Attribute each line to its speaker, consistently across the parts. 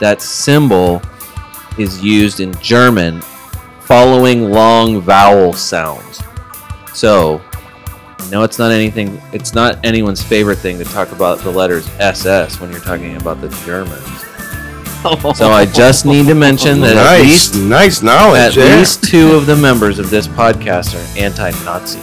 Speaker 1: that symbol is used in German following long vowel sounds. So, I know it's not anything, it's not anyone's favorite thing to talk about the letters SS when you're talking about the Germans. So, I just need to mention that at
Speaker 2: nice,
Speaker 1: least,
Speaker 2: nice knowledge.
Speaker 1: at
Speaker 2: there.
Speaker 1: least two of the members of this podcast are anti Nazi.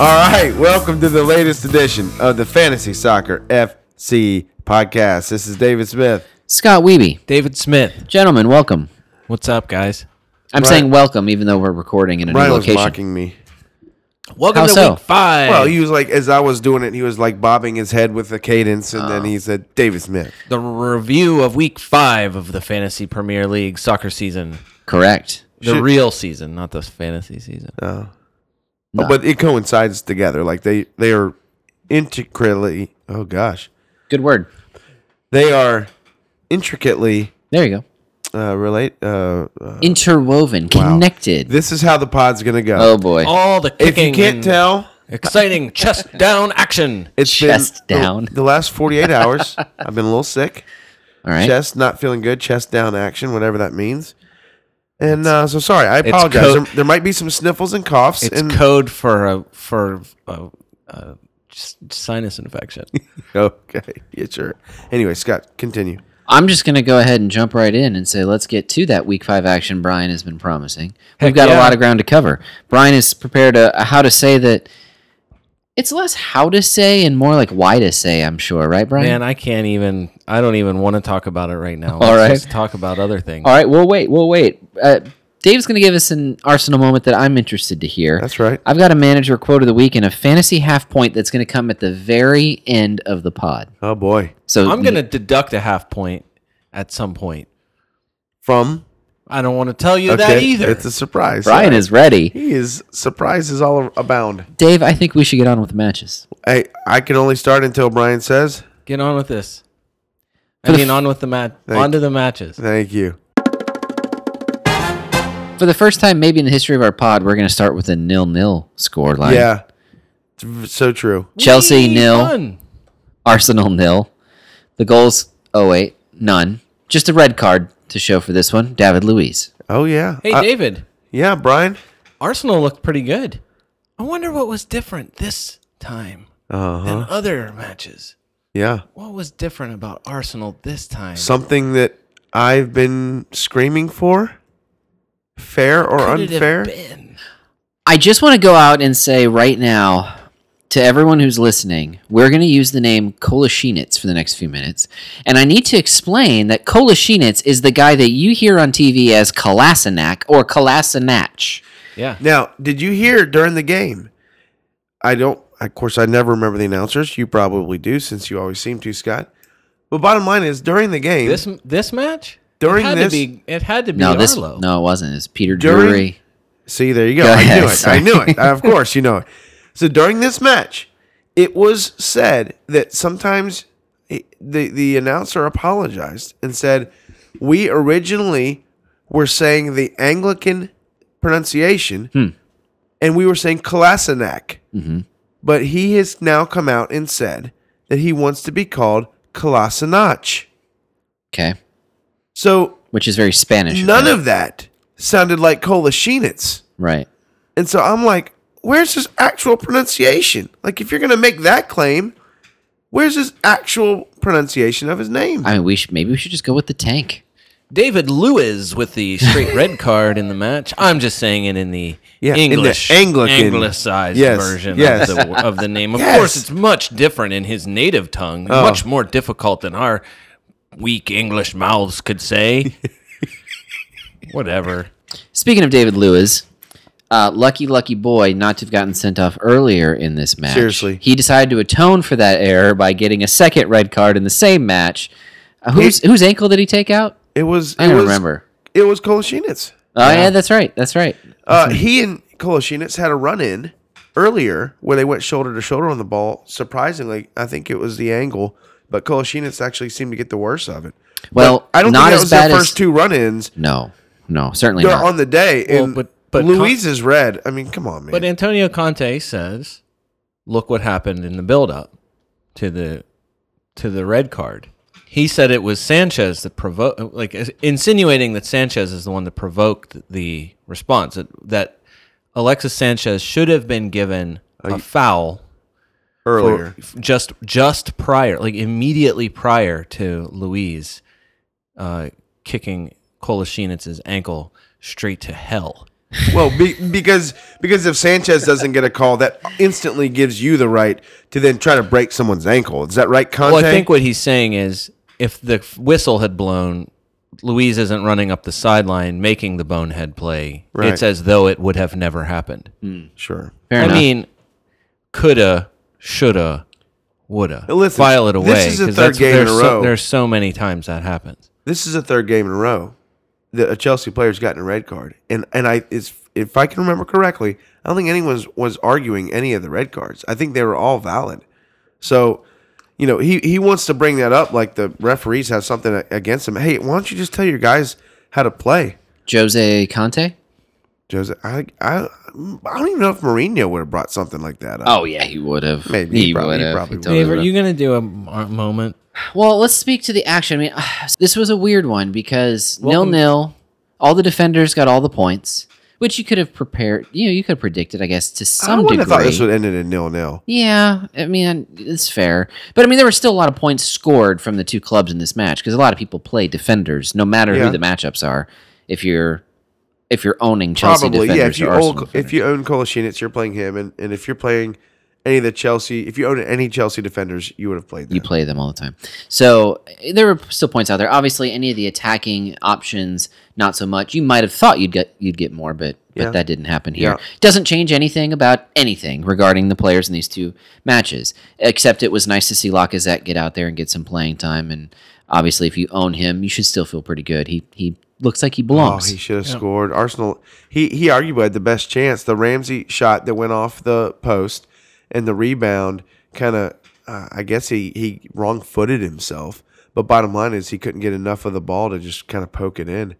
Speaker 2: All right, welcome to the latest edition of the Fantasy Soccer FC podcast. This is David Smith.
Speaker 3: Scott Weeby.
Speaker 1: David Smith,
Speaker 3: Gentlemen, welcome.
Speaker 1: what's up, guys?
Speaker 3: I'm
Speaker 2: Right.
Speaker 3: saying welcome, even though we're recording in a
Speaker 2: Brian
Speaker 3: new
Speaker 2: was
Speaker 3: location.
Speaker 2: mocking me.
Speaker 1: Welcome
Speaker 3: How
Speaker 1: to
Speaker 3: so?
Speaker 1: week five.
Speaker 2: Well, he was like, as I was doing it, he was like bobbing his head with the cadence, and
Speaker 3: Oh.
Speaker 2: then he said, "David Smith."
Speaker 1: the review of week five of the Fantasy Premier League soccer season.
Speaker 3: Correct.
Speaker 1: The
Speaker 2: Should-
Speaker 1: real season, not the fantasy season.
Speaker 3: No.
Speaker 2: But it coincides together. Like they they are intricately. Oh gosh,
Speaker 3: Good word.
Speaker 2: they are intricately
Speaker 3: There you go.
Speaker 2: uh, relate. Uh, uh,
Speaker 3: Interwoven, connected.
Speaker 2: this is how the pod's gonna go.
Speaker 3: oh boy.
Speaker 1: All the
Speaker 2: if
Speaker 1: kicking.
Speaker 2: you can't
Speaker 1: and
Speaker 2: tell,
Speaker 1: Exciting chest down action.
Speaker 2: it's
Speaker 3: Chest
Speaker 2: been the-
Speaker 3: down.
Speaker 2: The, last forty eight hours, I've been a little sick.
Speaker 3: All right.
Speaker 2: Chest not feeling good. Chest down action, whatever that means. And uh, so sorry, I
Speaker 1: It's
Speaker 2: apologize.
Speaker 1: co-
Speaker 2: there, there might be some sniffles and coughs.
Speaker 1: It's
Speaker 2: and
Speaker 1: code for a for a, a s- sinus infection.
Speaker 2: Okay. Yeah, sure. Anyway, Scott, continue.
Speaker 3: I'm just going to go ahead and jump right in and say let's get to that week five action Brian has been promising. We've
Speaker 1: Heck
Speaker 3: got
Speaker 1: yeah.
Speaker 3: a lot of ground to cover. Brian has prepared a, a how to say that. It's less how to say and more like why to say, I'm sure, right, Brian?
Speaker 1: Man, I can't even. I don't even want to talk about it right now.
Speaker 3: All right.
Speaker 1: just talk about other things.
Speaker 3: All right, we'll wait. We'll wait. Uh, Dave's going to give us an Arsenal moment that I'm interested to hear.
Speaker 2: That's right.
Speaker 3: I've got a manager quote of the week and a fantasy half point that's going to come at the very end of the pod.
Speaker 2: Oh boy.
Speaker 3: So
Speaker 1: I'm gonna deduct a half point at some point.
Speaker 2: From
Speaker 1: I don't want to tell you that either.
Speaker 2: It's a surprise.
Speaker 3: Brian is ready.
Speaker 2: He is surprises all abound.
Speaker 3: Dave, I think we should get on with the matches.
Speaker 2: I I can only start until Brian says
Speaker 1: Get on with this. I
Speaker 3: For the
Speaker 1: mean,
Speaker 3: f-
Speaker 1: on with the match. On to the matches.
Speaker 2: thank you.
Speaker 3: For the first time, maybe in the history of our pod, we're going to start with a nil-nil scoreline.
Speaker 2: Yeah. It's v- so true.
Speaker 3: Chelsea
Speaker 1: Whee!
Speaker 3: nil,
Speaker 1: Done.
Speaker 3: Arsenal nil. The goals, oh wait, none. Just a red card to show for this one, David Luiz.
Speaker 2: Oh yeah.
Speaker 1: Hey,
Speaker 3: Uh,
Speaker 2: I-
Speaker 1: David.
Speaker 2: yeah, Brian.
Speaker 1: Arsenal looked pretty good. I wonder what was different this time
Speaker 2: Uh-huh.
Speaker 1: than other matches.
Speaker 2: Yeah.
Speaker 1: What was different about Arsenal this time?
Speaker 2: Something that I've been screaming for. Fair or
Speaker 1: Could it have
Speaker 2: unfair?
Speaker 1: been?
Speaker 3: I just want to go out and say right now to everyone who's listening, we're going to use the name Kolashinits for the next few minutes. And I need to explain that Kolashinits is the guy that you hear on TV as Kolasinac or Kolasinach.
Speaker 1: Yeah.
Speaker 2: Now, did you hear during the game? I don't. Of course, I never remember the announcers. You probably do, since you always seem to, Scott. But bottom line is, during the game,
Speaker 1: This this match
Speaker 2: During
Speaker 1: it had
Speaker 2: this-
Speaker 1: to be it had to be
Speaker 3: No, this
Speaker 1: Arlo.
Speaker 3: no, it wasn't. It's Peter
Speaker 2: During-
Speaker 3: Drury.
Speaker 2: see, there you go.
Speaker 3: Go
Speaker 2: I
Speaker 3: ahead,
Speaker 2: knew it. I
Speaker 3: sorry.
Speaker 2: knew it. of course, you know it. So during this match, it was said that sometimes it- the the announcer apologized and said, "We originally were saying the Anglican pronunciation,
Speaker 3: Hmm.
Speaker 2: and we were saying Kolasinac."
Speaker 3: Mm-hmm.
Speaker 2: but he has now come out and said that he wants to be called Kolasinac.
Speaker 3: Okay,
Speaker 2: So
Speaker 3: which is very Spanish.
Speaker 2: none of that sounded like Kolashinitz.
Speaker 3: right.
Speaker 2: And so I'm like, where's his actual pronunciation? Like, if you're going to make that claim, where's his actual pronunciation of his name?
Speaker 3: I mean, we should maybe we should just go with the tank.
Speaker 1: David Lewis with the straight red card in the match. I'm just saying it in the
Speaker 2: Yeah, in the
Speaker 1: English
Speaker 2: Anglican-
Speaker 1: anglicized
Speaker 2: Yes,
Speaker 1: version
Speaker 2: yes.
Speaker 1: of, the, of the name. Of
Speaker 2: Yes. Oh.
Speaker 1: course, it's much different in his native tongue. Much more difficult than our weak English mouths could say. Whatever.
Speaker 3: Speaking of David Lewis, uh, lucky, lucky boy not to have gotten sent off earlier in this match.
Speaker 2: Seriously.
Speaker 3: He decided to atone for that error by getting a second red card in the same match. Uh, whose, whose ankle did he take out?
Speaker 2: it was.
Speaker 3: I
Speaker 2: it
Speaker 3: don't
Speaker 2: was,
Speaker 3: remember.
Speaker 2: It was Kolashinitz.
Speaker 3: Oh, yeah. that's right. That's right.
Speaker 2: Uh, he and Kolashinitz had a run in earlier where they went shoulder to shoulder on the ball. Surprisingly, I think it was the angle, but Kolashinitz actually seemed to get the worst of it.
Speaker 3: Well,
Speaker 2: I don't
Speaker 3: not
Speaker 2: think that
Speaker 3: as
Speaker 2: was
Speaker 3: bad
Speaker 2: their first
Speaker 3: as.
Speaker 2: two run ins
Speaker 3: No, no, certainly
Speaker 2: on
Speaker 3: not.
Speaker 2: the day.
Speaker 1: Well,
Speaker 2: and
Speaker 1: but
Speaker 4: But Con-
Speaker 2: Luis is red. I mean, come on, man.
Speaker 4: but Antonio Conte says, "Look what happened in the build-up to the to the red card." He said it was Sanchez that provoked, like insinuating that Sanchez is the one that provoked the response. That, that Alexis Sanchez should have been given a foul for-
Speaker 2: Earlier,
Speaker 4: f- just just prior, like immediately prior to Louise uh, kicking Kolasinac' ankle straight to hell.
Speaker 2: well, be, because because if Sanchez doesn't get a call, that instantly gives you the right to then try to break someone's ankle. Is that right, Conte?
Speaker 4: Well, I think what he's saying is if the f- whistle had blown, Louise isn't running up the sideline making the bonehead play.
Speaker 2: Right.
Speaker 4: It's as though it would have never happened.
Speaker 2: sure.
Speaker 3: Fair
Speaker 4: I
Speaker 3: enough.
Speaker 4: mean, coulda, shoulda, woulda.
Speaker 2: Listen,
Speaker 4: File it
Speaker 2: this
Speaker 4: away.
Speaker 2: is the
Speaker 4: 'cause
Speaker 2: third
Speaker 4: that's-
Speaker 2: game in
Speaker 4: there's
Speaker 2: a
Speaker 4: so-
Speaker 2: row.
Speaker 4: there's so many times that happens.
Speaker 2: This is the third game in a row that a Chelsea player's gotten a red card, and and I it's, if I can remember correctly, I don't think anyone was arguing any of the red cards. I think they were all valid. So, you know, he he wants to bring that up, like the referees have something a- against him. Hey, why don't you just tell your guys how to play?
Speaker 3: Jose Conte?
Speaker 2: Jose, I, I, I don't even know if Mourinho would have brought something like that up.
Speaker 3: Oh yeah, he would have.
Speaker 2: Maybe, he
Speaker 3: he,
Speaker 2: probably-
Speaker 3: would
Speaker 2: he
Speaker 3: have.
Speaker 2: probably
Speaker 3: He
Speaker 2: would.
Speaker 3: totally would've.
Speaker 4: going to do a moment?
Speaker 3: Well, let's speak to the action. I mean, this was a weird one because nil nil. All the defenders got all the points, which you could have prepared. You know, you could have predicted, I guess, to some
Speaker 2: I
Speaker 3: degree.
Speaker 2: wouldn't have thought this would have ended in nil nil.
Speaker 3: Yeah, I mean it's fair, but I mean there were still a lot of points scored from the two clubs in this match because a lot of people play defenders, no matter
Speaker 2: Yeah.
Speaker 3: who the matchups are. If you're if you're owning Chelsea
Speaker 2: Probably,
Speaker 3: defenders,
Speaker 2: yeah. If you
Speaker 3: or
Speaker 2: own
Speaker 3: Arsenal
Speaker 2: if
Speaker 3: defenders.
Speaker 2: you own Kolasinac, you're playing him, and, and if you're playing any of the Chelsea, if you own any Chelsea defenders, you would have played them.
Speaker 3: you play them all the time. So eh, there were still points out there. Obviously, any of the attacking options, not so much. You might have thought you'd get you'd get more, but
Speaker 2: Yeah.
Speaker 3: but that didn't happen here.
Speaker 2: Yeah.
Speaker 3: Doesn't change anything about anything regarding the players in these two matches, except it was nice to see Lacazette get out there and get some playing time. And obviously, if you own him, you should still feel pretty good. He he looks like he
Speaker 2: oh,
Speaker 3: belongs.
Speaker 2: he should have scored. Arsenal. He he arguably had the best chance. The Ramsey shot that went off the post, and the rebound kind of. Uh, I guess he he wrong footed himself. But bottom line is he couldn't get enough of the ball to just kind of poke it in.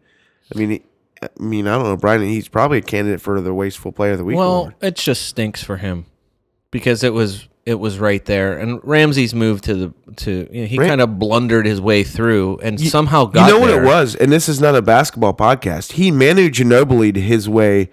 Speaker 2: I mean, he, I mean, I don't know, Brian. He's probably a candidate for the wasteful player of the week.
Speaker 4: Well,
Speaker 2: award.
Speaker 4: it just stinks for him because it was it was right there, and Ramsey's moved to the to you know, he
Speaker 2: Ram-
Speaker 4: kind of blundered his way through and somehow got
Speaker 2: you know what
Speaker 4: there.
Speaker 2: it was, and this is not a basketball podcast. He Manu Ginobili his way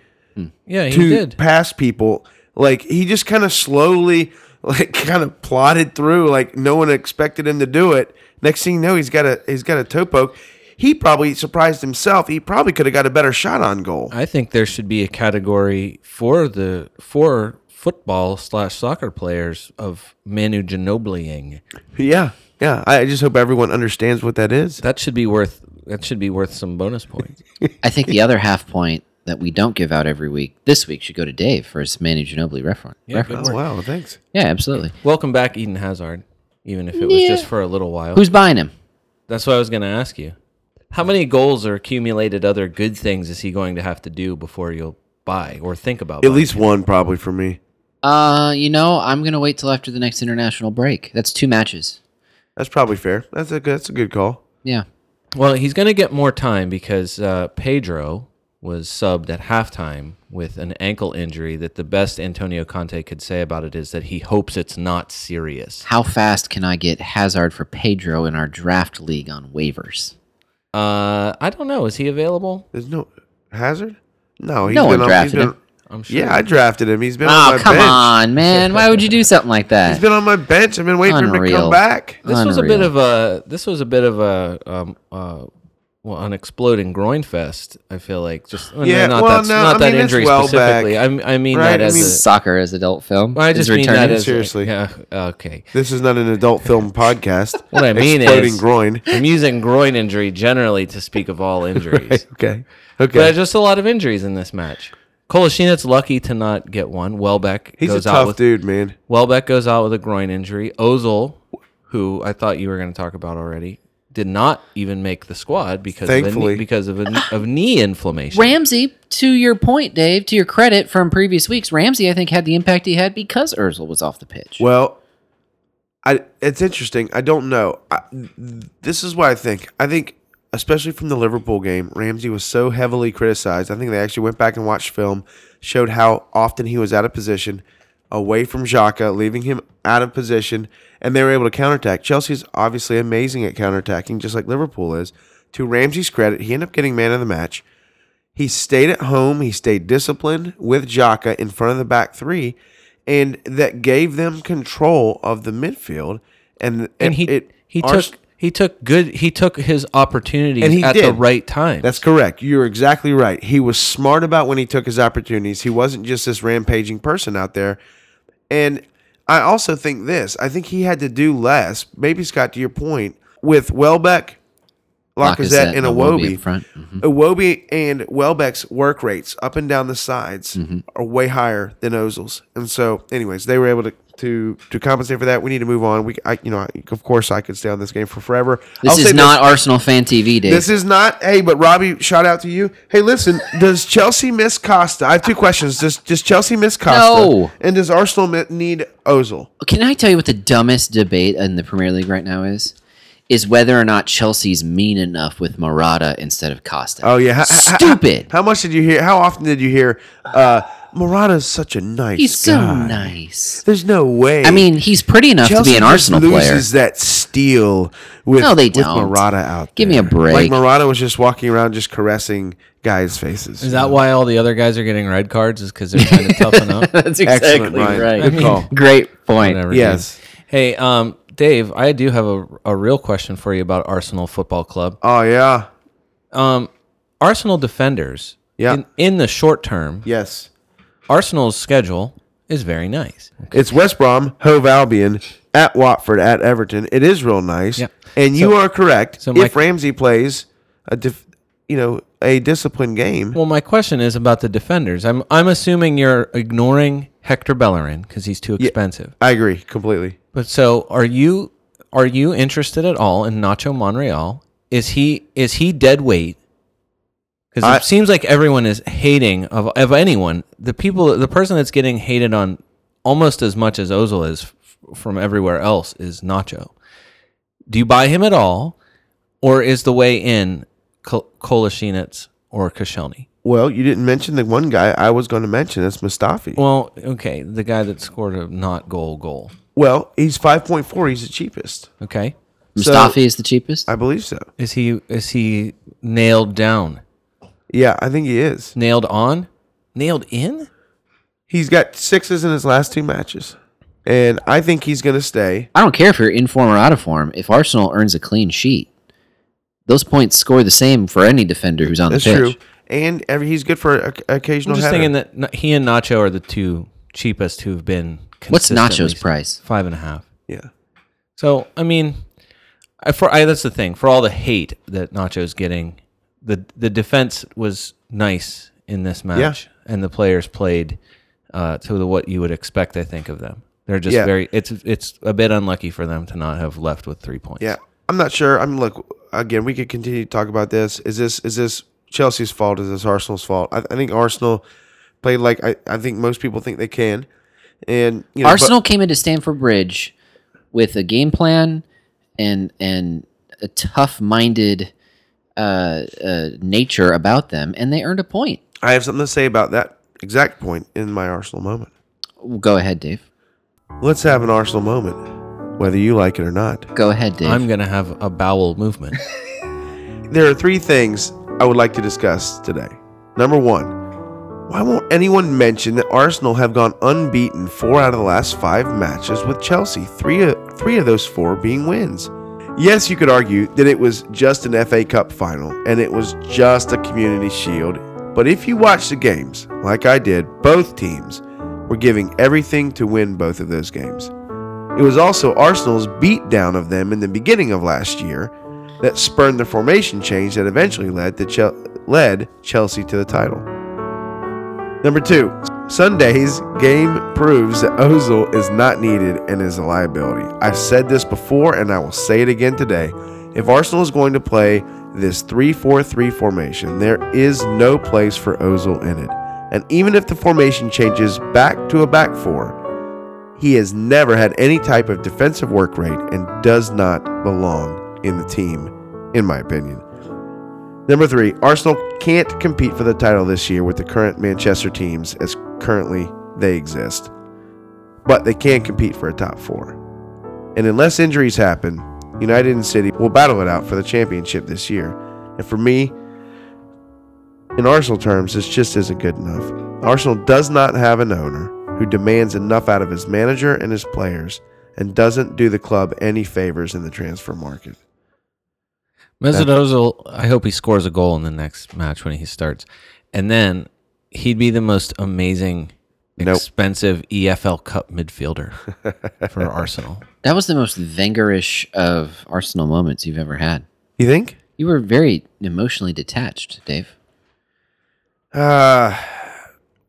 Speaker 4: Yeah, he
Speaker 2: to
Speaker 4: did.
Speaker 2: past people. Like he just kind of slowly, like kind of plodded through. Like no one expected him to do it. Next thing you know, he's got a he's got a toe poke. He probably surprised himself. He probably could have got a better shot on goal.
Speaker 4: I think there should be a category for the for football slash soccer players of Manu Ginobiliing.
Speaker 2: Yeah, yeah. I I just hope everyone understands what that is.
Speaker 4: That should be worth that should be worth some bonus points.
Speaker 3: I think the other half point that we don't give out every week this week should go to Dave for his Manu Ginobili refer-
Speaker 4: good
Speaker 3: reference.
Speaker 2: Oh wow, thanks.
Speaker 3: Yeah, absolutely.
Speaker 4: Welcome back, Eden Hazard. Even if it was just for a little while.
Speaker 3: Who's buying him?
Speaker 4: That's what I was going to ask you. How many goals or accumulated other good things is he going to have to do before you'll buy or think about?
Speaker 2: At
Speaker 4: buying?
Speaker 2: least one probably for me.
Speaker 3: Uh, you know, I'm gonna wait till after the next international break. That's two matches.
Speaker 2: That's probably fair. That's a good, that's a good call.
Speaker 3: Yeah.
Speaker 4: well, he's going to get more time because uh, Pedro was subbed at halftime with an ankle injury. That the best Antonio Conte could say about it is that he hopes it's not serious.
Speaker 3: How fast can I get Hazard for Pedro in our draft league on waivers?
Speaker 4: Uh, I don't know. Is he available?
Speaker 2: There's no hazard. No, he's
Speaker 3: No one
Speaker 2: been on,
Speaker 3: drafted
Speaker 2: he's been,
Speaker 3: him.
Speaker 4: I'm sure.
Speaker 2: Yeah, I drafted him. He's been on my
Speaker 3: Oh, come
Speaker 2: bench.
Speaker 3: on, man! Why would you do something like
Speaker 2: He's
Speaker 3: that?
Speaker 2: been on my bench. I've been waiting for him to come
Speaker 3: Unreal.
Speaker 2: back.
Speaker 4: This was a bit
Speaker 3: Unreal.
Speaker 4: of a. This was a bit of a. Um, uh, well, an exploding groin fest. I feel like just
Speaker 2: Yeah,
Speaker 4: not
Speaker 2: well,
Speaker 4: that,
Speaker 2: no,
Speaker 4: not
Speaker 2: I
Speaker 4: that
Speaker 2: mean, it's
Speaker 4: injury
Speaker 2: well back,
Speaker 4: specifically. I, I mean
Speaker 2: right?
Speaker 4: that
Speaker 2: I
Speaker 4: as
Speaker 2: mean-
Speaker 4: a,
Speaker 3: Soccer as adult film.
Speaker 4: Well, I
Speaker 3: is
Speaker 4: just mean that
Speaker 3: returning?
Speaker 4: as
Speaker 2: Seriously.
Speaker 4: Yeah. Okay.
Speaker 2: This is not an adult film podcast.
Speaker 4: What I mean
Speaker 2: Exploding
Speaker 4: is-
Speaker 2: groin.
Speaker 4: I'm using groin injury generally to speak of all injuries,
Speaker 2: Okay.
Speaker 4: but there's
Speaker 2: Okay.
Speaker 4: just a lot of injuries in this match. Kolasinac's lucky to not get one. Welbeck
Speaker 2: He's a
Speaker 4: goes out
Speaker 2: tough
Speaker 4: with
Speaker 2: dude, man.
Speaker 4: Welbeck goes out with a groin injury. Ozil, who I thought you were going to talk about already, did not even make the squad because of a knee,
Speaker 2: Thankfully.
Speaker 4: because of a, of knee inflammation.
Speaker 3: Ramsey, to your point, Dave, to your credit from previous weeks, Ramsey I think had the impact he had because Özil was off the pitch.
Speaker 2: Well, I it's interesting. I don't know. I, this is what I think. I think especially from the Liverpool game, Ramsey was so heavily criticized. I think they actually went back and watched film, showed how often he was out of position, away from Xhaka, leaving him out of position, and they were able to counterattack. Chelsea's obviously amazing at counterattacking, just like Liverpool is. To Ramsey's credit, he ended up getting man of the match. He stayed at home. He stayed disciplined with Jaka in front of the back three, and that gave them control of the midfield. And
Speaker 4: and
Speaker 2: it-
Speaker 4: he
Speaker 2: it-
Speaker 4: he
Speaker 2: Ars-
Speaker 4: took he took good he took his opportunities
Speaker 2: And he
Speaker 4: at the
Speaker 2: did.
Speaker 4: right time.
Speaker 2: That's correct. You're exactly right. He was smart about when he took his opportunities. He wasn't just this rampaging person out there. And I also think this. I think he had to do less. Maybe Scott, to your point, with Welbeck, Lacazette, and
Speaker 3: Iwobi
Speaker 2: Awobi.
Speaker 3: up front. Mhm.
Speaker 2: Iwobi Mm-hmm. and Welbeck's work rates up and down the sides
Speaker 3: Mm-hmm.
Speaker 2: are way higher than Ozil's, and so, anyways, they were able to to to compensate for that. We need to move on. We, I, you know, I, of course, I could stay on this game for forever. I'll
Speaker 3: This
Speaker 2: say
Speaker 3: is not Arsenal fan TV, Dave.
Speaker 2: This is not. Hey, but Robbie, shout out to you. Hey, listen, does Chelsea miss Costa? I have two questions. Does does Chelsea miss Costa?
Speaker 3: No.
Speaker 2: And does Arsenal mi- need Ozil?
Speaker 3: Can I tell you what the dumbest debate in the Premier League right now is? Is whether or not Chelsea's mean enough with Morata instead of Costa.
Speaker 2: Oh yeah, how, how-
Speaker 3: Stupid.
Speaker 2: How, much did you hear? How often did you hear? uh Morata's such a nice.
Speaker 3: He's so
Speaker 2: guy.
Speaker 3: nice.
Speaker 2: There's no way.
Speaker 3: I mean, he's pretty enough to be an
Speaker 2: just
Speaker 3: Arsenal player.
Speaker 2: loses that steel with,
Speaker 3: No, they
Speaker 2: with
Speaker 3: don't.
Speaker 2: Morata out.
Speaker 3: Give me a
Speaker 2: there.
Speaker 3: break.
Speaker 2: Like Morata was just walking around, just caressing guys' faces.
Speaker 4: Is that why all the other guys are getting red cards? Is because they're trying to toughen up?
Speaker 3: That's
Speaker 2: Excellent, Ryan. Good call.
Speaker 3: Great point.
Speaker 4: Whatever,
Speaker 2: Yes.
Speaker 4: dude. Hey, um, Dave, I do have a, a real question for you about Arsenal Football Club.
Speaker 2: Oh yeah.
Speaker 4: Um, Arsenal defenders,
Speaker 2: Yeah.
Speaker 4: in, in the short term,
Speaker 2: Yes.
Speaker 4: Arsenal's schedule is very nice.
Speaker 2: It's West Brom, Hove Albion, at Watford, at Everton. It is real nice.
Speaker 4: Yeah.
Speaker 2: And you
Speaker 4: So-
Speaker 2: are correct.
Speaker 4: so
Speaker 2: if
Speaker 4: my-
Speaker 2: Ramsey plays a dif- you know, a disciplined game.
Speaker 4: Well, my question is about the defenders. I'm I'm assuming you're ignoring Hector Bellerin because he's too expensive.
Speaker 2: I agree completely.
Speaker 4: But so are you are you interested at all in Nacho Monreal? Is he is he dead weight? Because
Speaker 2: I-
Speaker 4: it seems like everyone is hating of of anyone. The people the person that's getting hated on almost as much as Ozil is f- from everywhere else is Nacho. Do you buy him at all, or is the way in Kol- Kolasinac or Koscielny?
Speaker 2: Well, you didn't mention the one guy I was going to mention. That's Mustafi. Well,
Speaker 4: Well, okay, the guy that scored a not goal goal.
Speaker 2: he's 5.4. He's the cheapest.
Speaker 4: Okay,
Speaker 3: Mustafi is the cheapest.
Speaker 2: I believe so.
Speaker 4: is he is he nailed down?
Speaker 2: Yeah, I think he is.
Speaker 4: Nailed on? Nailed in?
Speaker 2: He's got sixes in his last two matches. And I think he's going to stay.
Speaker 3: I don't care if you're in form or out of form. If Arsenal earns a clean sheet, those points score the same for any defender who's on
Speaker 2: That's
Speaker 3: the pitch.
Speaker 2: true. And every, he's good for oc-
Speaker 4: I'm
Speaker 2: occasional
Speaker 4: just
Speaker 2: header.
Speaker 4: thinking that n- he and Nacho are the two cheapest who've been.
Speaker 3: What's
Speaker 4: consistently-
Speaker 3: Nacho's price?
Speaker 4: Five and a half.
Speaker 2: yeah.
Speaker 4: So I mean, I, for I, that's the thing. For all the hate that Nacho's getting, the the defense was nice in this match, and the players played uh, to the, what you would expect. I think of them. They're just
Speaker 2: Yeah.
Speaker 4: very. It's it's a bit unlucky for them to not have left with three points.
Speaker 2: Yeah, I'm not sure. I'm look again. We could continue to talk about this. Is this is this Chelsea's fault? Is this Arsenal's fault? I, I think Arsenal played like I, I think most people think they can, and you know, but-
Speaker 3: Arsenal came into Stamford Bridge with a game plan and and a tough-minded uh, uh, nature about them, and they earned a point.
Speaker 2: I have something to say about that exact point in my Arsenal moment.
Speaker 3: Go ahead, Dave.
Speaker 2: Let's have an Arsenal moment, whether you like it or not.
Speaker 3: Go ahead, Dave.
Speaker 4: I'm gonna have a bowel movement.
Speaker 2: There are three things I would like to discuss today. Number one, why won't anyone mention that Arsenal have gone unbeaten four out of the last five matches with Chelsea, three of, three of those four being wins? Yes, you could argue that it was just an FA Cup final and it was just a community shield, but if you watch the games, like I did, both teams were giving everything to win both of those games. It was also Arsenal's beatdown of them in the beginning of last year that spurned the formation change that eventually led to Chel- led Chelsea to the title. Number two, Sunday's game proves that Ozil is not needed and is a liability. I've said this before and I will say it again today. If Arsenal is going to play this 3 4 3 formation, there is no place for Ozil in it. And even if the formation changes back to a back four, he has never had any type of defensive work rate and does not belong in the team, in my opinion. Number three, Arsenal can't compete for the title this year with the current Manchester teams as currently they exist, but they can compete for a top four. And unless injuries happen, United and City will battle it out for the championship this year. And for me, in Arsenal terms, this just isn't good enough. Arsenal does not have an owner who demands enough out of his manager and his players and doesn't do the club any favors in the transfer market.
Speaker 4: Mesut Ozil, I hope he scores a goal in the next match when he starts, and then he'd be the most amazing,
Speaker 2: Nope.
Speaker 4: expensive EFL Cup midfielder for Arsenal.
Speaker 3: That was the most Wengerish of Arsenal moments you've ever had.
Speaker 2: You think?
Speaker 3: You were very emotionally detached, Dave.
Speaker 2: Uh,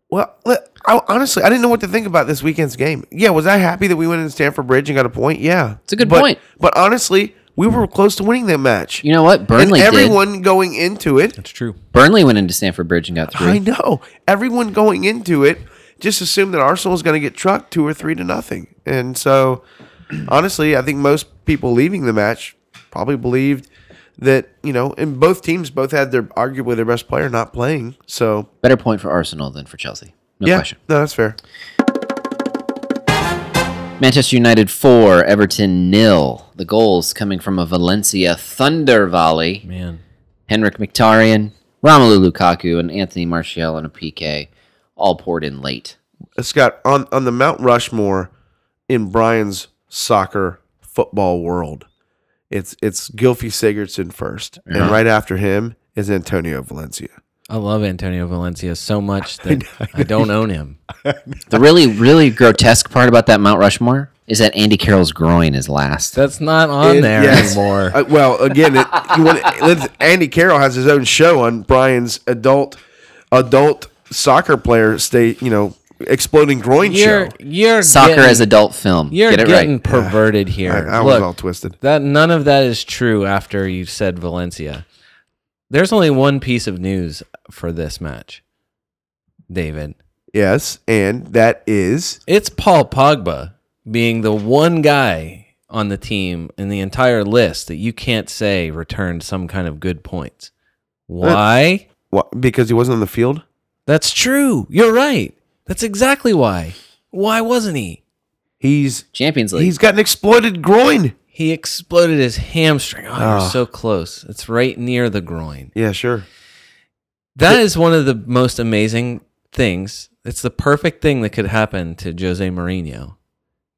Speaker 2: well, li- I, honestly, I didn't know what to think about this weekend's game. Yeah, was I happy that we went in Stanford Bridge and got a point? Yeah,
Speaker 3: It's a good
Speaker 2: But-
Speaker 3: point.
Speaker 2: But honestly, we were close to winning that match.
Speaker 3: You know what?
Speaker 2: and
Speaker 3: Burnley
Speaker 2: everyone going into it,
Speaker 4: That's true.
Speaker 3: did. Burnley went into Stamford Bridge and got through.
Speaker 2: I know everyone going into it just assumed that Arsenal was going to get trucked two or three to nothing, and so honestly, I think most people leaving the match probably believed that you know, and both teams both had their arguably their best player not playing. So
Speaker 3: Better point for Arsenal than for Chelsea. No
Speaker 2: yeah,
Speaker 3: question.
Speaker 2: no, that's fair.
Speaker 3: Manchester United 4, Everton nil. The goals coming from a Valencia thunder volley.
Speaker 4: Man,
Speaker 3: Henrik Mkhitaryan, Romelu Lukaku, and Anthony Martial on a PK all poured in late.
Speaker 2: Uh, Scott, on, on the Mount Rushmore in Brian's soccer football world, it's it's Gilfy Sigurdsson 1st and right after him is Antonio Valencia.
Speaker 4: I love Antonio Valencia so much that I don't own him.
Speaker 3: The really, really grotesque part about that Mount Rushmore is that Andy Carroll's groin is last.
Speaker 4: That's not on
Speaker 2: It-
Speaker 4: there
Speaker 2: yes.
Speaker 4: anymore.
Speaker 2: Uh, well, again, it, you want listen, Andy Carroll has his own show on Brian's adult adult soccer player state, you know, exploding groin
Speaker 4: You're,
Speaker 2: show.
Speaker 4: you're
Speaker 3: Soccer
Speaker 4: getting,
Speaker 3: as adult film.
Speaker 4: You're
Speaker 3: Get it
Speaker 4: getting
Speaker 3: right.
Speaker 4: perverted here.
Speaker 2: I, I was
Speaker 4: Look,
Speaker 2: all twisted.
Speaker 4: That none of that is true after you said Valencia. There's only one piece of news for this match, David.
Speaker 2: Yes, and that is
Speaker 4: It's Paul Pogba being the one guy on the team in the entire list that you can't say returned some kind of good points. Why?
Speaker 2: wha- because he wasn't on the field.
Speaker 4: That's true. You're right. That's exactly why. Why wasn't he?
Speaker 2: He's
Speaker 3: Champions League.
Speaker 2: he's got an exploited groin.
Speaker 4: He exploded his hamstring. Oh,
Speaker 2: Oh.
Speaker 4: you're so close. It's right near the groin.
Speaker 2: Yeah, sure.
Speaker 4: That is one of the most amazing things. It's the perfect thing that could happen to Jose Mourinho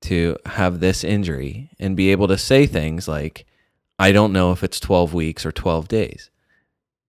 Speaker 4: to have this injury and be able to say things like, I don't know if it's 12 weeks or 12 days.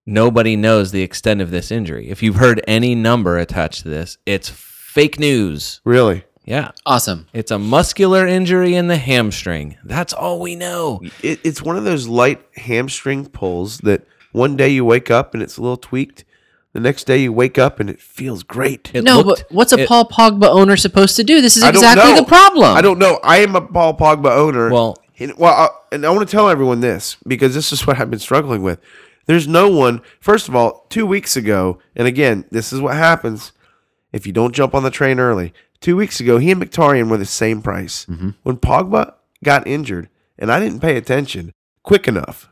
Speaker 4: Nobody knows the extent of this injury. If you've heard any number attached to this, it's fake news.
Speaker 2: Really?
Speaker 4: Yeah.
Speaker 3: awesome.
Speaker 4: It's a muscular injury in the hamstring. That's all we know.
Speaker 2: It, it's one of those light hamstring pulls that one day you wake up and it's a little tweaked. The next day you wake up and it feels great.
Speaker 4: It
Speaker 3: no,
Speaker 4: looked-
Speaker 3: but what's a
Speaker 4: it-
Speaker 3: Paul Pogba owner supposed to do? This is
Speaker 2: I don't
Speaker 3: exactly
Speaker 2: know.
Speaker 3: the problem.
Speaker 2: I don't know. I am a Paul Pogba owner.
Speaker 4: Well-
Speaker 2: and, well, I, and I want to tell everyone this because this is what I've been struggling with. There's no one. First of all, two weeks ago, and again, this is what happens if you don't jump on the train early. Two weeks ago, he and Mkhitaryan were the same price. When Pogba got injured, and I didn't pay attention quick enough,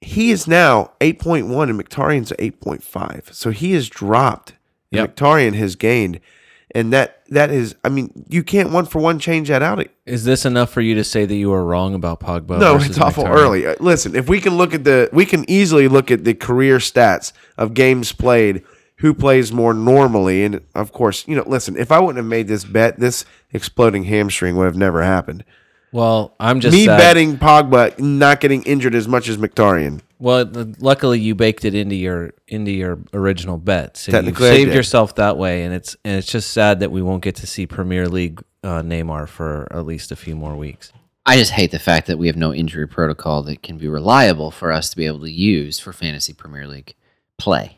Speaker 2: he is now 8.1 and Mkhitaryan's 8.5. So he has dropped. and
Speaker 4: Yep.
Speaker 2: Mkhitaryan has gained. And that that is, I mean, you can't one for one change that out.
Speaker 4: Is this enough for you to say that you were wrong about Pogba?
Speaker 2: no,
Speaker 4: versus
Speaker 2: it's awful
Speaker 4: Mkhitaryan?
Speaker 2: early. Uh, Listen, if we can look at the, we can easily look at the career stats of games played, who plays more normally. And of course, you know, listen, if I wouldn't have made this bet, this exploding hamstring would have never happened.
Speaker 4: Well, I'm just
Speaker 2: Me
Speaker 4: sad.
Speaker 2: betting Pogba not getting injured as much as Mkhitaryan.
Speaker 4: Well, th- luckily you baked it into your into your original bet, so you
Speaker 2: Technically, I
Speaker 4: saved
Speaker 2: did.
Speaker 4: yourself that way. And it's and it's just sad that we won't get to see Premier League uh, Neymar for at least a few more weeks.
Speaker 3: I just hate the fact that we have no injury protocol that can be reliable for us to be able to use for fantasy Premier League play.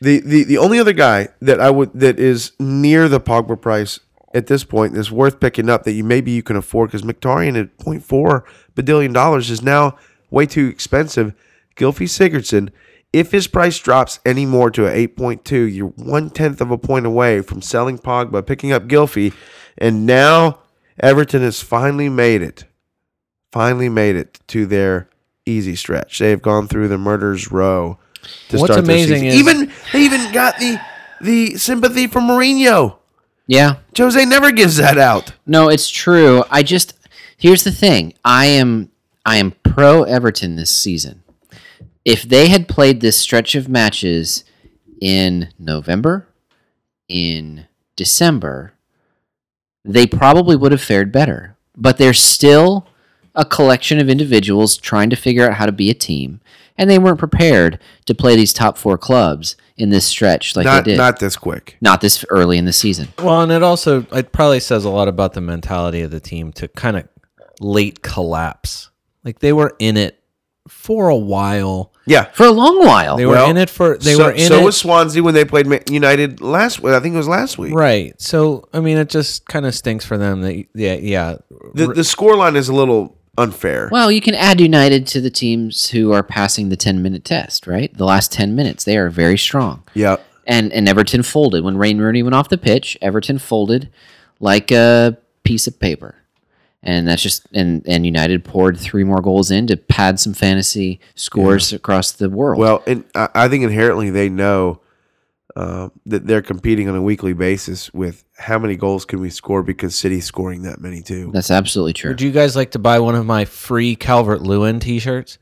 Speaker 2: The, the the only other guy that I would that is near the Pogba price at this point that's worth picking up that you maybe you can afford because Mctarian at 0.4 billion dollars is now way too expensive. Gilfy Sigurdsson, if his price drops any more to a 8.2, you're one tenth of a point away from selling Pogba, picking up Gilfy, and now Everton has finally made it finally made it to their easy stretch. They have gone through the murder's row to
Speaker 4: What's
Speaker 2: start their
Speaker 4: amazing
Speaker 2: season.
Speaker 4: is-
Speaker 2: even they even got the the sympathy for Mourinho.
Speaker 3: Yeah.
Speaker 2: Jose never gives that out.
Speaker 3: No, it's true. I just here's the thing. I am I am pro Everton this season. If they had played this stretch of matches in November, in December, they probably would have fared better. But they're still a collection of individuals trying to figure out how to be a team, and they weren't prepared to play these top four clubs in this stretch like
Speaker 2: not
Speaker 3: they did.
Speaker 2: not this quick.
Speaker 3: not this early in the season.
Speaker 4: Well, and it also it probably says a lot about the mentality of the team to kind of late collapse. Like they were in it for a while.
Speaker 2: Yeah.
Speaker 3: For a long while.
Speaker 4: They were
Speaker 2: Well,
Speaker 4: in it for they
Speaker 2: so,
Speaker 4: were in
Speaker 2: so
Speaker 4: it
Speaker 2: was Swansea when they played Man United last. I think it was last week.
Speaker 4: right. So I mean, it just kind of stinks for them. That yeah, yeah.
Speaker 2: The the scoreline is a little unfair.
Speaker 3: Well, you can add United to the teams who are passing the 10 minute test, right? The last 10 minutes, they are very strong.
Speaker 2: Yeah.
Speaker 3: And and Everton folded when Rain Rooney went off the pitch. Everton folded like a piece of paper. And that's just and and United poured three more goals in to pad some fantasy scores across the world.
Speaker 2: Well, and I, I think inherently they know uh, that they're competing on a weekly basis with how many goals can we score because City's scoring that many too.
Speaker 3: that's absolutely true.
Speaker 4: Would you guys like to buy one of my free Calvert Lewin T-shirts?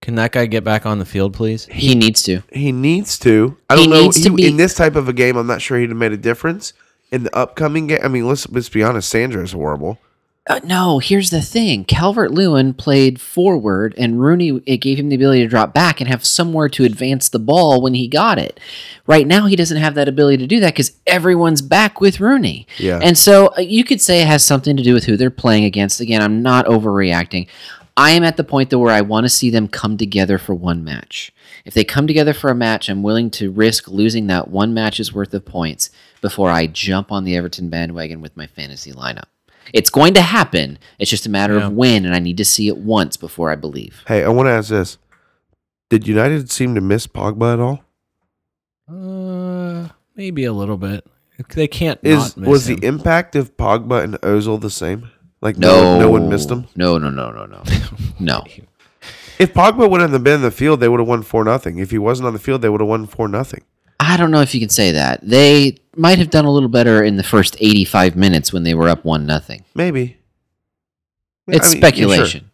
Speaker 4: Can that guy get back on the field, please?
Speaker 3: he needs to.
Speaker 2: He needs to. I
Speaker 3: He
Speaker 2: don't know.
Speaker 3: needs to
Speaker 2: he-
Speaker 3: be-
Speaker 2: in this type of a game, I'm not sure he'd have made a difference. In the upcoming game, I mean, let's let's be honest. Sandra is horrible.
Speaker 3: Uh, no, here's the thing. Calvert Lewin played forward, and Rooney it gave him the ability to drop back and have somewhere to advance the ball when he got it. Right now, he doesn't have that ability to do that because everyone's back with Rooney.
Speaker 2: Yeah.
Speaker 3: And so uh, you could say it has something to do with who they're playing against. Again, I'm not overreacting. I am at the point though where I want to see them come together for one match. If they come together for a match, I'm willing to risk losing that one match's worth of points before I jump on the Everton bandwagon with my fantasy lineup. It's going to happen. It's just a matter of when, and I need to see it once before I believe.
Speaker 2: Hey, I want to ask this: Did United seem to miss Pogba at all?
Speaker 4: Uh, maybe a little bit. They can't.
Speaker 2: Is
Speaker 4: not miss
Speaker 2: was
Speaker 4: him.
Speaker 2: the impact of Pogba and Ozil the same? Like
Speaker 3: No,
Speaker 2: no, no one missed him.
Speaker 3: No, no, no, no, no, no.
Speaker 2: If Pogba wouldn't have been in the field, they would have won four nothing. If he wasn't on the field, they would have won four nothing.
Speaker 3: I don't know if you can say that. They might have done a little better in the first 85 minutes when they were up one nothing.
Speaker 2: Maybe. I mean,
Speaker 3: It's
Speaker 2: yeah, sure.
Speaker 3: speculation.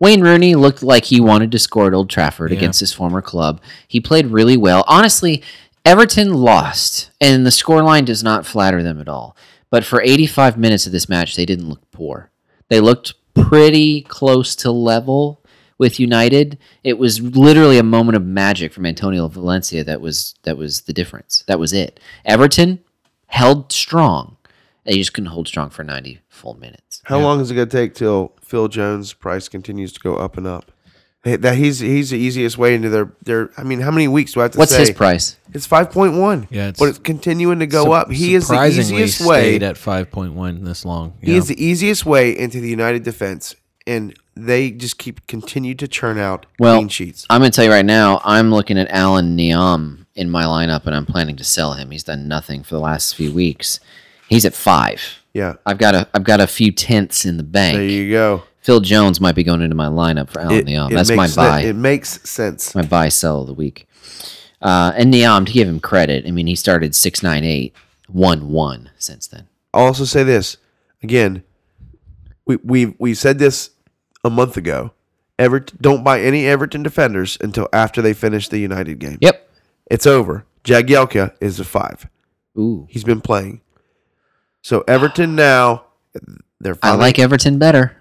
Speaker 3: Wayne Rooney looked like he wanted to score at Old Trafford against his former club. He played really well. Honestly, Everton lost, and the scoreline does not flatter them at all. But for 85 minutes of this match, they didn't look poor. They looked pretty close to level with United. It was literally a moment of magic from Antonio Valencia that was that was the difference. That was it. Everton held strong. They just couldn't hold strong for 90 full minutes.
Speaker 2: How long is it going to take till Phil Jones' price continues to go up and up? Hey, That he's he's the easiest way into their their. I mean, how many weeks do I have to
Speaker 3: What's
Speaker 2: say?
Speaker 3: his price?
Speaker 2: It's five point one.
Speaker 4: Yeah, it's
Speaker 2: but it's continuing to go
Speaker 4: Sup-
Speaker 2: up. He is the
Speaker 4: surprisingly
Speaker 2: easiest way.
Speaker 4: stayed at five point one this long.
Speaker 2: He
Speaker 4: Yeah.
Speaker 2: is the easiest way into the United defense, and they just keep continue to churn out
Speaker 3: Well,
Speaker 2: clean sheets.
Speaker 3: I'm going to tell you right now, I'm looking at Alan Niam in my lineup and I'm planning to sell him. He's done nothing for the last few weeks. He's at five.
Speaker 2: Yeah,
Speaker 3: I've got a I've got a few tenths in the bank.
Speaker 2: there you go.
Speaker 3: Phil Jones might be going into my lineup for Alan Niam. um, That's my
Speaker 2: makes
Speaker 3: buy.
Speaker 2: sen- It makes sense.
Speaker 3: my buy sell of the week. Uh, and Niam, to give him credit, I mean he started six nine eight one one since then.
Speaker 2: I'll also say this again. We we we said this a month ago. Everton, don't buy any Everton defenders until after they finish the United game.
Speaker 3: Yep.
Speaker 2: It's over. Jagielka is a five.
Speaker 3: Ooh.
Speaker 2: He's been playing. So Everton now, they're
Speaker 3: I
Speaker 2: finally-
Speaker 3: like Everton better.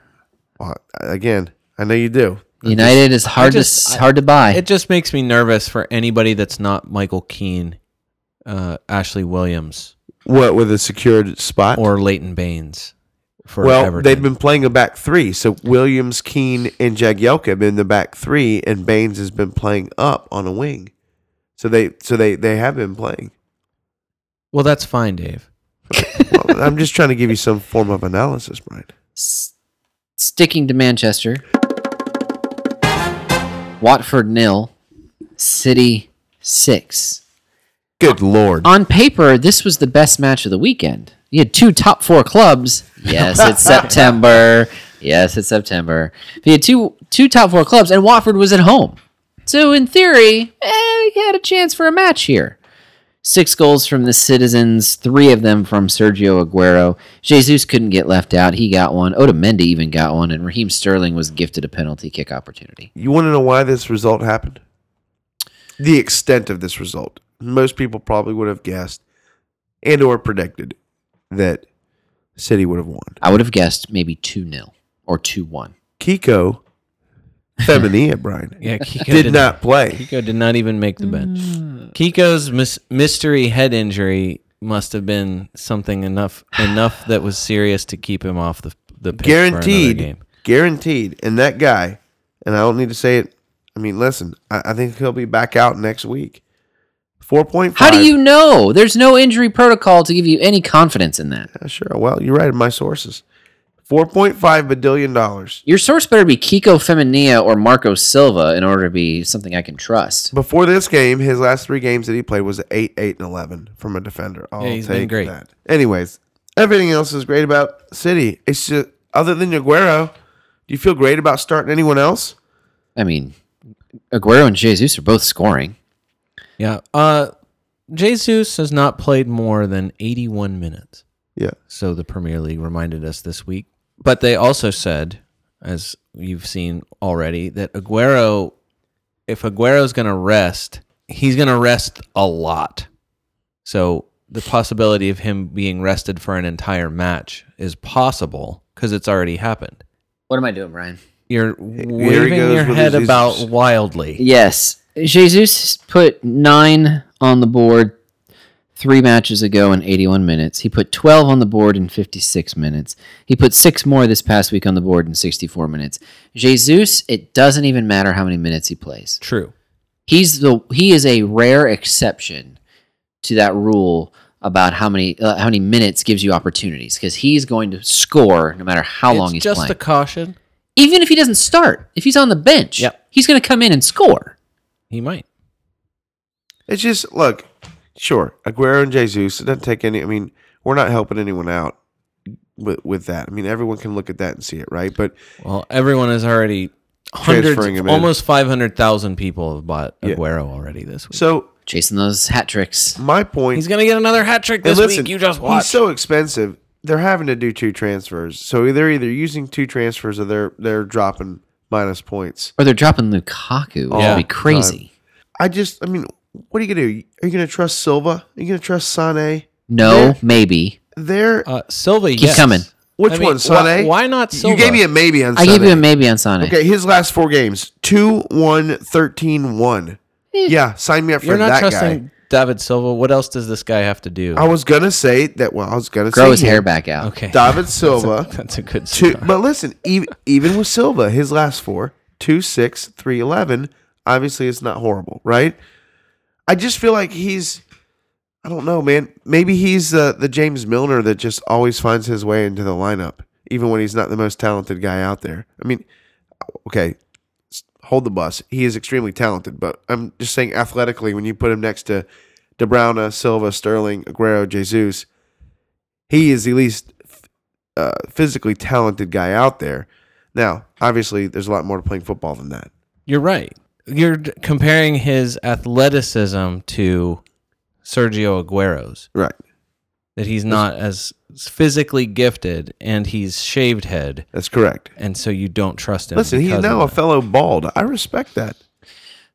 Speaker 2: Well, again. I know you do.
Speaker 3: United is hard
Speaker 4: just-
Speaker 3: to
Speaker 4: I-
Speaker 3: s hard to buy.
Speaker 4: It just makes me nervous for anybody that's not Michael Keane, uh, Ashley Williams,
Speaker 2: What with a secured spot?
Speaker 4: or Leighton Baines. For
Speaker 2: well,
Speaker 4: Everton.
Speaker 2: they've been playing a back three. So Williams, Keane, and Jagielka have been the back three, and Baines has been playing up on a wing. So they, so they, they have been playing.
Speaker 4: Well, that's fine, Dave.
Speaker 2: Well, I'm just trying to give you some form of analysis, Brian.
Speaker 3: S- sticking to Manchester, Watford nil, City six.
Speaker 2: Good lord!
Speaker 3: On paper, this was the best match of the weekend. You had two top four clubs. Yes, it's September. Yes, it's September. But you had two two top four clubs, and Watford was at home. So in theory, eh, he had a chance for a match here. Six goals from the citizens, three of them from Sergio Aguero. Jesus couldn't get left out; he got one. Otamendi even got one, and Raheem Sterling was gifted a penalty kick opportunity.
Speaker 2: You want to know why this result happened? The extent of this result. Most people probably would have guessed and or predicted that City would have won.
Speaker 3: I would have guessed maybe two 0 or two one.
Speaker 2: Kiko Femenia, Brian,
Speaker 4: Yeah, Kiko
Speaker 2: did not play.
Speaker 4: Kiko did not even make the bench. Kiko's mis- mystery head injury must have been something enough enough that was serious to keep him off the the pitch for another
Speaker 2: Guaranteed.
Speaker 4: game.
Speaker 2: Guaranteed. And that guy, and I don't need to say it. I mean, listen, I, I think he'll be back out next week. 4.5.
Speaker 3: How do you know? There's no injury protocol to give you any confidence in that.
Speaker 2: Yeah, sure. Well, you're right. My sources. $4.5 billion. dollars.
Speaker 3: Your source better be Kiko Femenia or Marco Silva in order to be something I can trust.
Speaker 2: Before this game, his last three games that he played was 8, 8, and 11 from a defender. I'll
Speaker 4: he's been
Speaker 2: take
Speaker 4: great.
Speaker 2: that. Anyways, everything else is great about City. It's just, other than Aguero, do you feel great about starting anyone else?
Speaker 3: I mean, Aguero and Jesus are both scoring.
Speaker 4: Yeah. Uh, Jesus has not played more than 81 minutes.
Speaker 2: Yeah.
Speaker 4: So the Premier League reminded us this week. But they also said, as you've seen already, that Aguero, if Aguero's going to rest, he's going to rest a lot. So the possibility of him being rested for an entire match is possible because it's already happened.
Speaker 3: What am I doing, Brian?
Speaker 4: You're
Speaker 2: he
Speaker 4: waving
Speaker 2: goes
Speaker 4: your
Speaker 2: with
Speaker 4: head
Speaker 2: his
Speaker 4: about
Speaker 2: Jesus.
Speaker 4: wildly.
Speaker 3: Yes. Jesus put nine on the board three matches ago in 81 minutes. He put 12 on the board in 56 minutes. He put six more this past week on the board in 64 minutes. Jesus, it doesn't even matter how many minutes he plays.
Speaker 4: True.
Speaker 3: he's the he is a rare exception to that rule about how many uh, how many minutes gives you opportunities because he's going to score no matter how long he's
Speaker 4: just
Speaker 3: playing.
Speaker 4: a caution.
Speaker 3: Even if he doesn't start, if he's on the bench,
Speaker 4: Yep.
Speaker 3: he's going to come in and score.
Speaker 4: He might.
Speaker 2: It's just look, sure, Aguero and Jesus. It doesn't take any. I mean, we're not helping anyone out with with that. I mean, everyone can look at that and see it, right? But
Speaker 4: Well, everyone is already hundreds,
Speaker 2: Transferring him in.
Speaker 4: almost five hundred thousand people have bought
Speaker 2: Yeah.
Speaker 4: Aguero already this week.
Speaker 2: so
Speaker 3: Chasing those hat tricks.
Speaker 2: my point.
Speaker 4: he's gonna get another hat trick
Speaker 2: and
Speaker 4: this
Speaker 2: listen,
Speaker 4: week. You just
Speaker 2: he's
Speaker 4: watched.
Speaker 2: so expensive. They're having to do two transfers, so they're either using two transfers or they're they're dropping minus points.
Speaker 3: Or they're dropping Lukaku. That
Speaker 4: Yeah.
Speaker 3: would be crazy.
Speaker 2: I just, I mean, what are you gonna do? Are you gonna trust Silva? Are you gonna trust Sane?
Speaker 3: No,
Speaker 2: Yeah.
Speaker 3: maybe.
Speaker 2: They're
Speaker 4: uh, Silva,
Speaker 3: Keep
Speaker 4: yes.
Speaker 3: coming.
Speaker 2: which
Speaker 4: I mean,
Speaker 2: one,
Speaker 4: wh-
Speaker 2: Sane?
Speaker 4: why not Silva?
Speaker 2: You gave me a maybe on.
Speaker 3: I gave you a
Speaker 2: Sané.
Speaker 3: maybe on Sonic.
Speaker 2: Okay, his last four games 2 1 13 1. Yeah, sign me up for
Speaker 4: You're not
Speaker 2: that
Speaker 4: trusting
Speaker 2: guy.
Speaker 4: David Silva. What else does this guy have to do?
Speaker 2: I was going to say that. Well, I was going to say
Speaker 3: Grow his
Speaker 2: him.
Speaker 3: hair back out.
Speaker 4: okay,
Speaker 2: David
Speaker 4: That's a-
Speaker 2: Silva.
Speaker 4: That's a, good
Speaker 2: two,
Speaker 4: start.
Speaker 2: but listen, even, even with Silva, his last four 2 6, 3 11. Obviously, it's not horrible, right? I just feel like he's. I don't know, man. Maybe he's uh, the, the James Milner that just always finds his way into the lineup, even when he's not the most talented guy out there. I mean, okay, hold the bus. He is extremely talented, but I'm just saying athletically, when you put him next to De Bruyne, Silva, Sterling, Aguero, Jesus, he is the least uh, physically talented guy out there. Now, obviously, there's a lot more to playing football than that.
Speaker 4: You're right. You're d- comparing his athleticism to Sergio Aguero's.
Speaker 2: Right.
Speaker 4: That he's not as physically gifted, and he's shaved head,
Speaker 2: That's correct.
Speaker 4: and so you don't trust him.
Speaker 2: Listen, he's
Speaker 4: because of
Speaker 2: now a
Speaker 4: that.
Speaker 2: fellow bald. I respect that.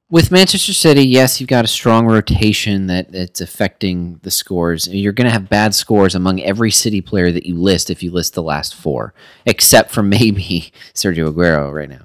Speaker 3: with Manchester City, yes, you've got a strong rotation that that's affecting the scores. You're going to have bad scores among every City player that you list if you list the last four, except for maybe Sergio Aguero right now.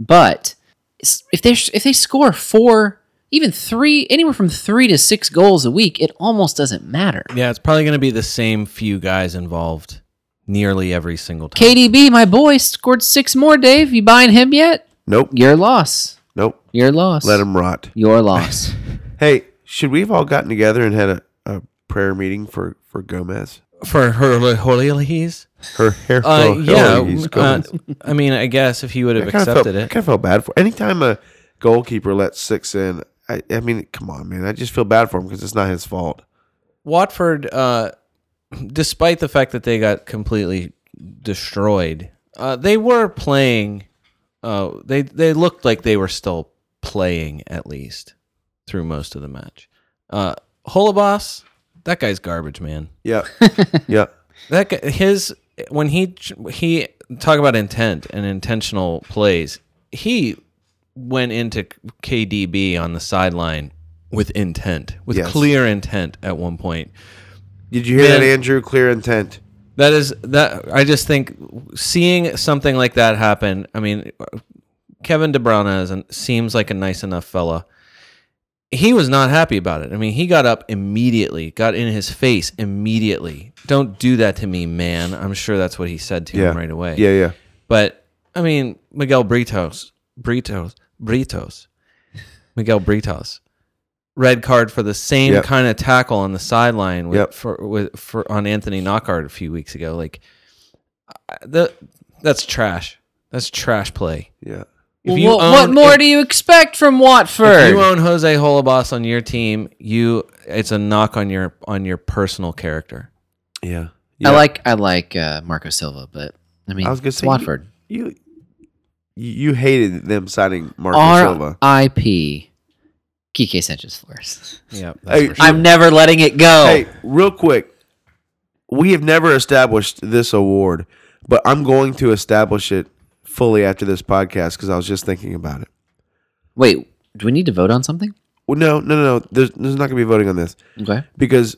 Speaker 3: But s- if they if they score four, even three, anywhere from three to six goals a week, it almost doesn't matter.
Speaker 4: Yeah, it's probably going to be the same few guys involved nearly every single time.
Speaker 3: KDB, my boy, scored six more. Dave, you buying him yet?
Speaker 2: Nope.
Speaker 3: Your loss.
Speaker 2: Nope.
Speaker 3: Your loss.
Speaker 2: Let him rot.
Speaker 3: Your loss.
Speaker 2: Hey, should we have all gotten together and had a, a prayer meeting for, for Gomez?
Speaker 4: For
Speaker 2: Oh,
Speaker 4: her Holilis?
Speaker 2: Her hair.
Speaker 4: Uh,
Speaker 2: oh,
Speaker 4: yeah.
Speaker 2: Hillary's
Speaker 4: Uh,
Speaker 2: Gomez.
Speaker 4: I mean, I guess if he would have
Speaker 2: I kind of felt,
Speaker 4: accepted it.
Speaker 2: kind of felt bad for. Anytime a goalkeeper lets six in, I, I mean, come on, man, I just feel bad for him because it's not his fault.
Speaker 4: Watford, uh, despite the fact that they got completely destroyed, uh, they were playing. Uh, they they looked like they were still playing at least through most of the match. Uh, Holobos, that guy's garbage, man.
Speaker 2: Yeah. yeah.
Speaker 4: That guy, his when he he talk about intent and intentional plays, he went into KDB on the sideline with intent, with
Speaker 2: Yes.
Speaker 4: clear intent at one point.
Speaker 2: Did you hear
Speaker 4: Man.
Speaker 2: that, Andrew? Clear intent.
Speaker 4: That is that. I just think seeing something like that happen. I mean, Kevin De Bruyne is an, seems like a nice enough fella. He was not happy about it. I mean, he got up immediately, got in his face immediately. Don't do that to me, man. I'm sure that's what he said to
Speaker 2: Yeah.
Speaker 4: him right away.
Speaker 2: Yeah, yeah.
Speaker 4: But I mean, Miguel Britos, Britos, Britos, Miguel Britos, red card for the same
Speaker 2: Yep.
Speaker 4: kind of tackle on the sideline with,
Speaker 2: Yep.
Speaker 4: for with for on Anthony Knockard a few weeks ago. Like I- the that's trash. That's trash play.
Speaker 2: Yeah.
Speaker 3: Well, what, what more
Speaker 4: if-
Speaker 3: do you expect from Watford?
Speaker 4: if you own Jose Holobos on your team, you it's a knock on your on your personal character.
Speaker 2: Yeah.
Speaker 3: I like I like uh, Marco Silva, but I mean,
Speaker 2: I was gonna
Speaker 3: it's
Speaker 2: say,
Speaker 3: Watford.
Speaker 2: you you you hated them signing Marco Silva.
Speaker 3: R.I.P. Kike Sanchez Flores.
Speaker 4: Yeah.
Speaker 2: Hey,
Speaker 3: I'm never letting it go.
Speaker 2: hey, real quick, we have never established this award, but I'm going to establish it fully after this podcast because I was just thinking about it.
Speaker 3: Wait, do we need to vote on something?
Speaker 2: Well, no, no, no, no. There's, there's not going to be voting on this
Speaker 3: Okay.
Speaker 2: because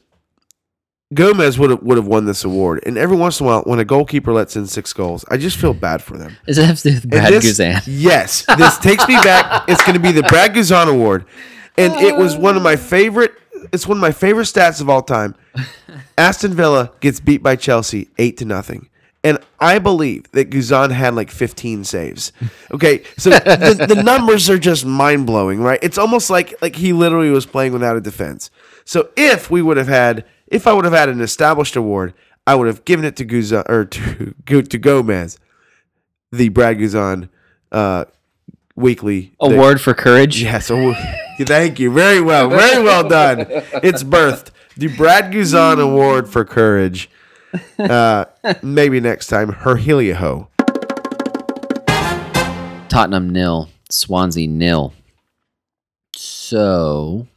Speaker 2: Gomez would have would have won this award. And every once in a while, when a goalkeeper lets in six goals, I just feel bad for them.
Speaker 3: Does it have to do with
Speaker 2: And
Speaker 3: Brad
Speaker 2: this-
Speaker 3: Guzan?
Speaker 2: Yes, this takes me back. It's going to be the Brad Guzan Award, and it was one of my favorite. It's one of my favorite stats of all time. Aston Villa gets beat by Chelsea eight to nothing, and I believe that Guzan had like fifteen saves. Okay, so the, the numbers are just mind blowing, right? It's almost like like he literally was playing without a defense. So if we would have had, if I would have had an established award, I would have given it to Guzan or to Go- to Gomez, the Brad Guzan uh, weekly thing.
Speaker 3: Award for courage.
Speaker 2: Yes. awa- Thank you. Very well. Very well done. It's birthed. The Brad Guzan Award for Courage. Uh, maybe next time, Herhelioho.
Speaker 3: Tottenham nil, Swansea nil. So,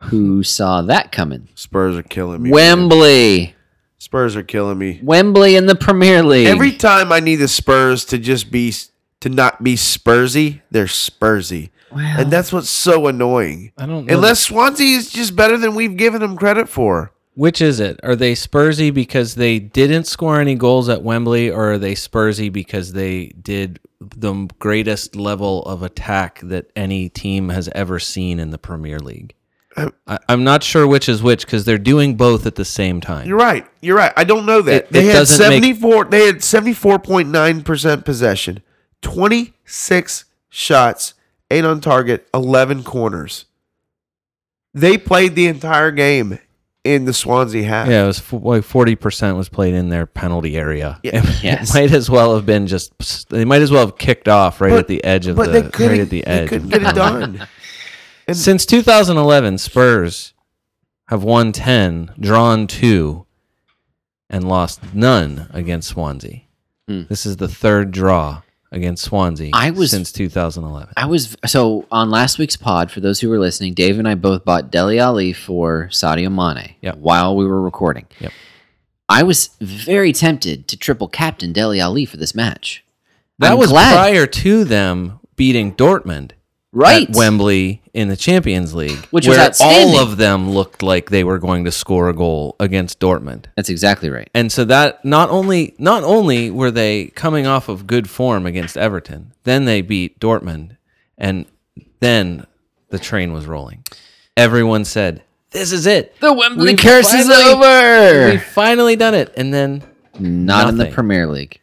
Speaker 3: who saw that coming?
Speaker 2: Spurs are killing me. man.
Speaker 3: Wembley,
Speaker 2: Spurs are killing me.
Speaker 3: Wembley in the Premier League.
Speaker 2: Every time I need the Spurs to just be to not be Spursy, they're Spursy, and that's what's so annoying.
Speaker 4: I don't know.
Speaker 2: Unless Swansea is just better than we've given them credit for.
Speaker 4: Which is it? Are they Spursy because they didn't score any goals at Wembley, or are they Spursy because they did the greatest level of attack that any team has ever seen in the Premier League?
Speaker 2: Uh,
Speaker 4: I, I'm not sure which is which because they're doing both at the same time.
Speaker 2: You're right. You're right. I don't know that.
Speaker 4: It-
Speaker 2: they had
Speaker 4: it doesn't make-
Speaker 2: 74 they had 74.9% possession. 26 shots, 8 on target, 11 corners. They played the entire game in the Swansea half.
Speaker 4: Yeah, it was f- like forty percent was played in their penalty area.
Speaker 2: Yeah.
Speaker 4: It
Speaker 3: Yes.
Speaker 4: might as well have been just. They might as well have kicked off right
Speaker 2: But-
Speaker 4: at the edge of
Speaker 2: But
Speaker 4: the
Speaker 2: they couldn't,
Speaker 4: right at the edge.
Speaker 2: they couldn't
Speaker 4: of
Speaker 2: get
Speaker 4: the
Speaker 2: it done.
Speaker 4: Since 2011, Spurs have won 10, drawn 2, and lost none against Swansea.
Speaker 3: Hmm.
Speaker 4: This is the third draw against Swansea
Speaker 3: I was-
Speaker 4: since 2011.
Speaker 3: I was so on last week's pod. For those who were listening, Dave and I both bought Deli Ali for Sadio Mane
Speaker 4: Yep.
Speaker 3: while we were recording.
Speaker 4: Yep.
Speaker 3: I was very tempted to triple captain Deli Ali for this match.
Speaker 4: That
Speaker 3: I'm
Speaker 4: was
Speaker 3: glad.
Speaker 4: prior to them beating Dortmund
Speaker 3: right.
Speaker 4: at Wembley in the Champions League,
Speaker 3: Which was
Speaker 4: where
Speaker 3: outstanding.
Speaker 4: all of them looked like they were going to score a goal against Dortmund.
Speaker 3: That's exactly right.
Speaker 4: And so that not only not only were they coming off of good form against Everton, then they beat Dortmund, and then the train was rolling. Everyone said, "This is it.
Speaker 3: The Wembley
Speaker 4: We've
Speaker 3: curse is
Speaker 4: finally-
Speaker 3: over.
Speaker 4: We've finally done it." And then
Speaker 3: Not in the
Speaker 4: nothing.
Speaker 3: Premier League.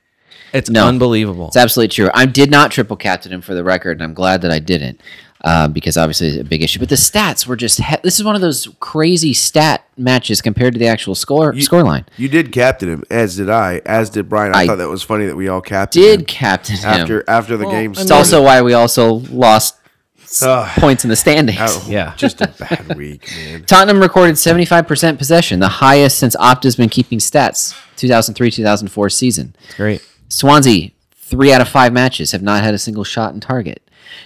Speaker 4: it's
Speaker 3: No.
Speaker 4: unbelievable.
Speaker 3: It's absolutely true. I did not triple captain him for the record, and I'm glad that I didn't uh, because obviously it's a big issue. But the stats were just he- this is one of those crazy stat matches compared to the actual score scoreline.
Speaker 2: You did captain him, as did I, as did Brian. I,
Speaker 3: I
Speaker 2: thought that was funny that we all captained
Speaker 3: Did
Speaker 2: him
Speaker 3: captain him?
Speaker 2: after after the game
Speaker 4: I mean-
Speaker 3: it's also why we also lost s-
Speaker 2: Ugh.
Speaker 3: points in the standings.
Speaker 2: Oh,
Speaker 4: Yeah.
Speaker 2: Just a bad week, man.
Speaker 3: Tottenham recorded 75% possession, the highest since Opta's been keeping stats 2003-2004 season.
Speaker 4: Great.
Speaker 3: Swansea, three out of five matches have not had a single shot in target.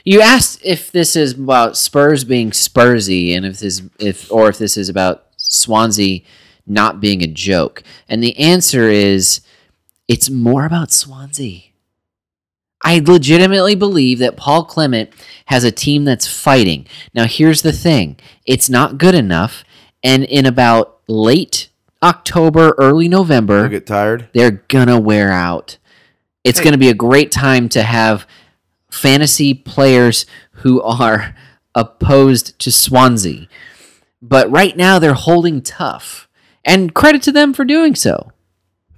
Speaker 3: You asked if this is about Spurs being Spursy, and if this if or if this is about Swansea not being a joke, and the answer is it's more about Swansea. I legitimately believe that Paul Clement has a team that's fighting. Now, here's the thing it's not good enough. And in about late October, early
Speaker 2: I
Speaker 3: November,
Speaker 2: get tired.
Speaker 3: they're going to wear out. It's going to be a great time to have fantasy players who are opposed to Swansea. But right now, they're holding tough. And credit to them for doing so.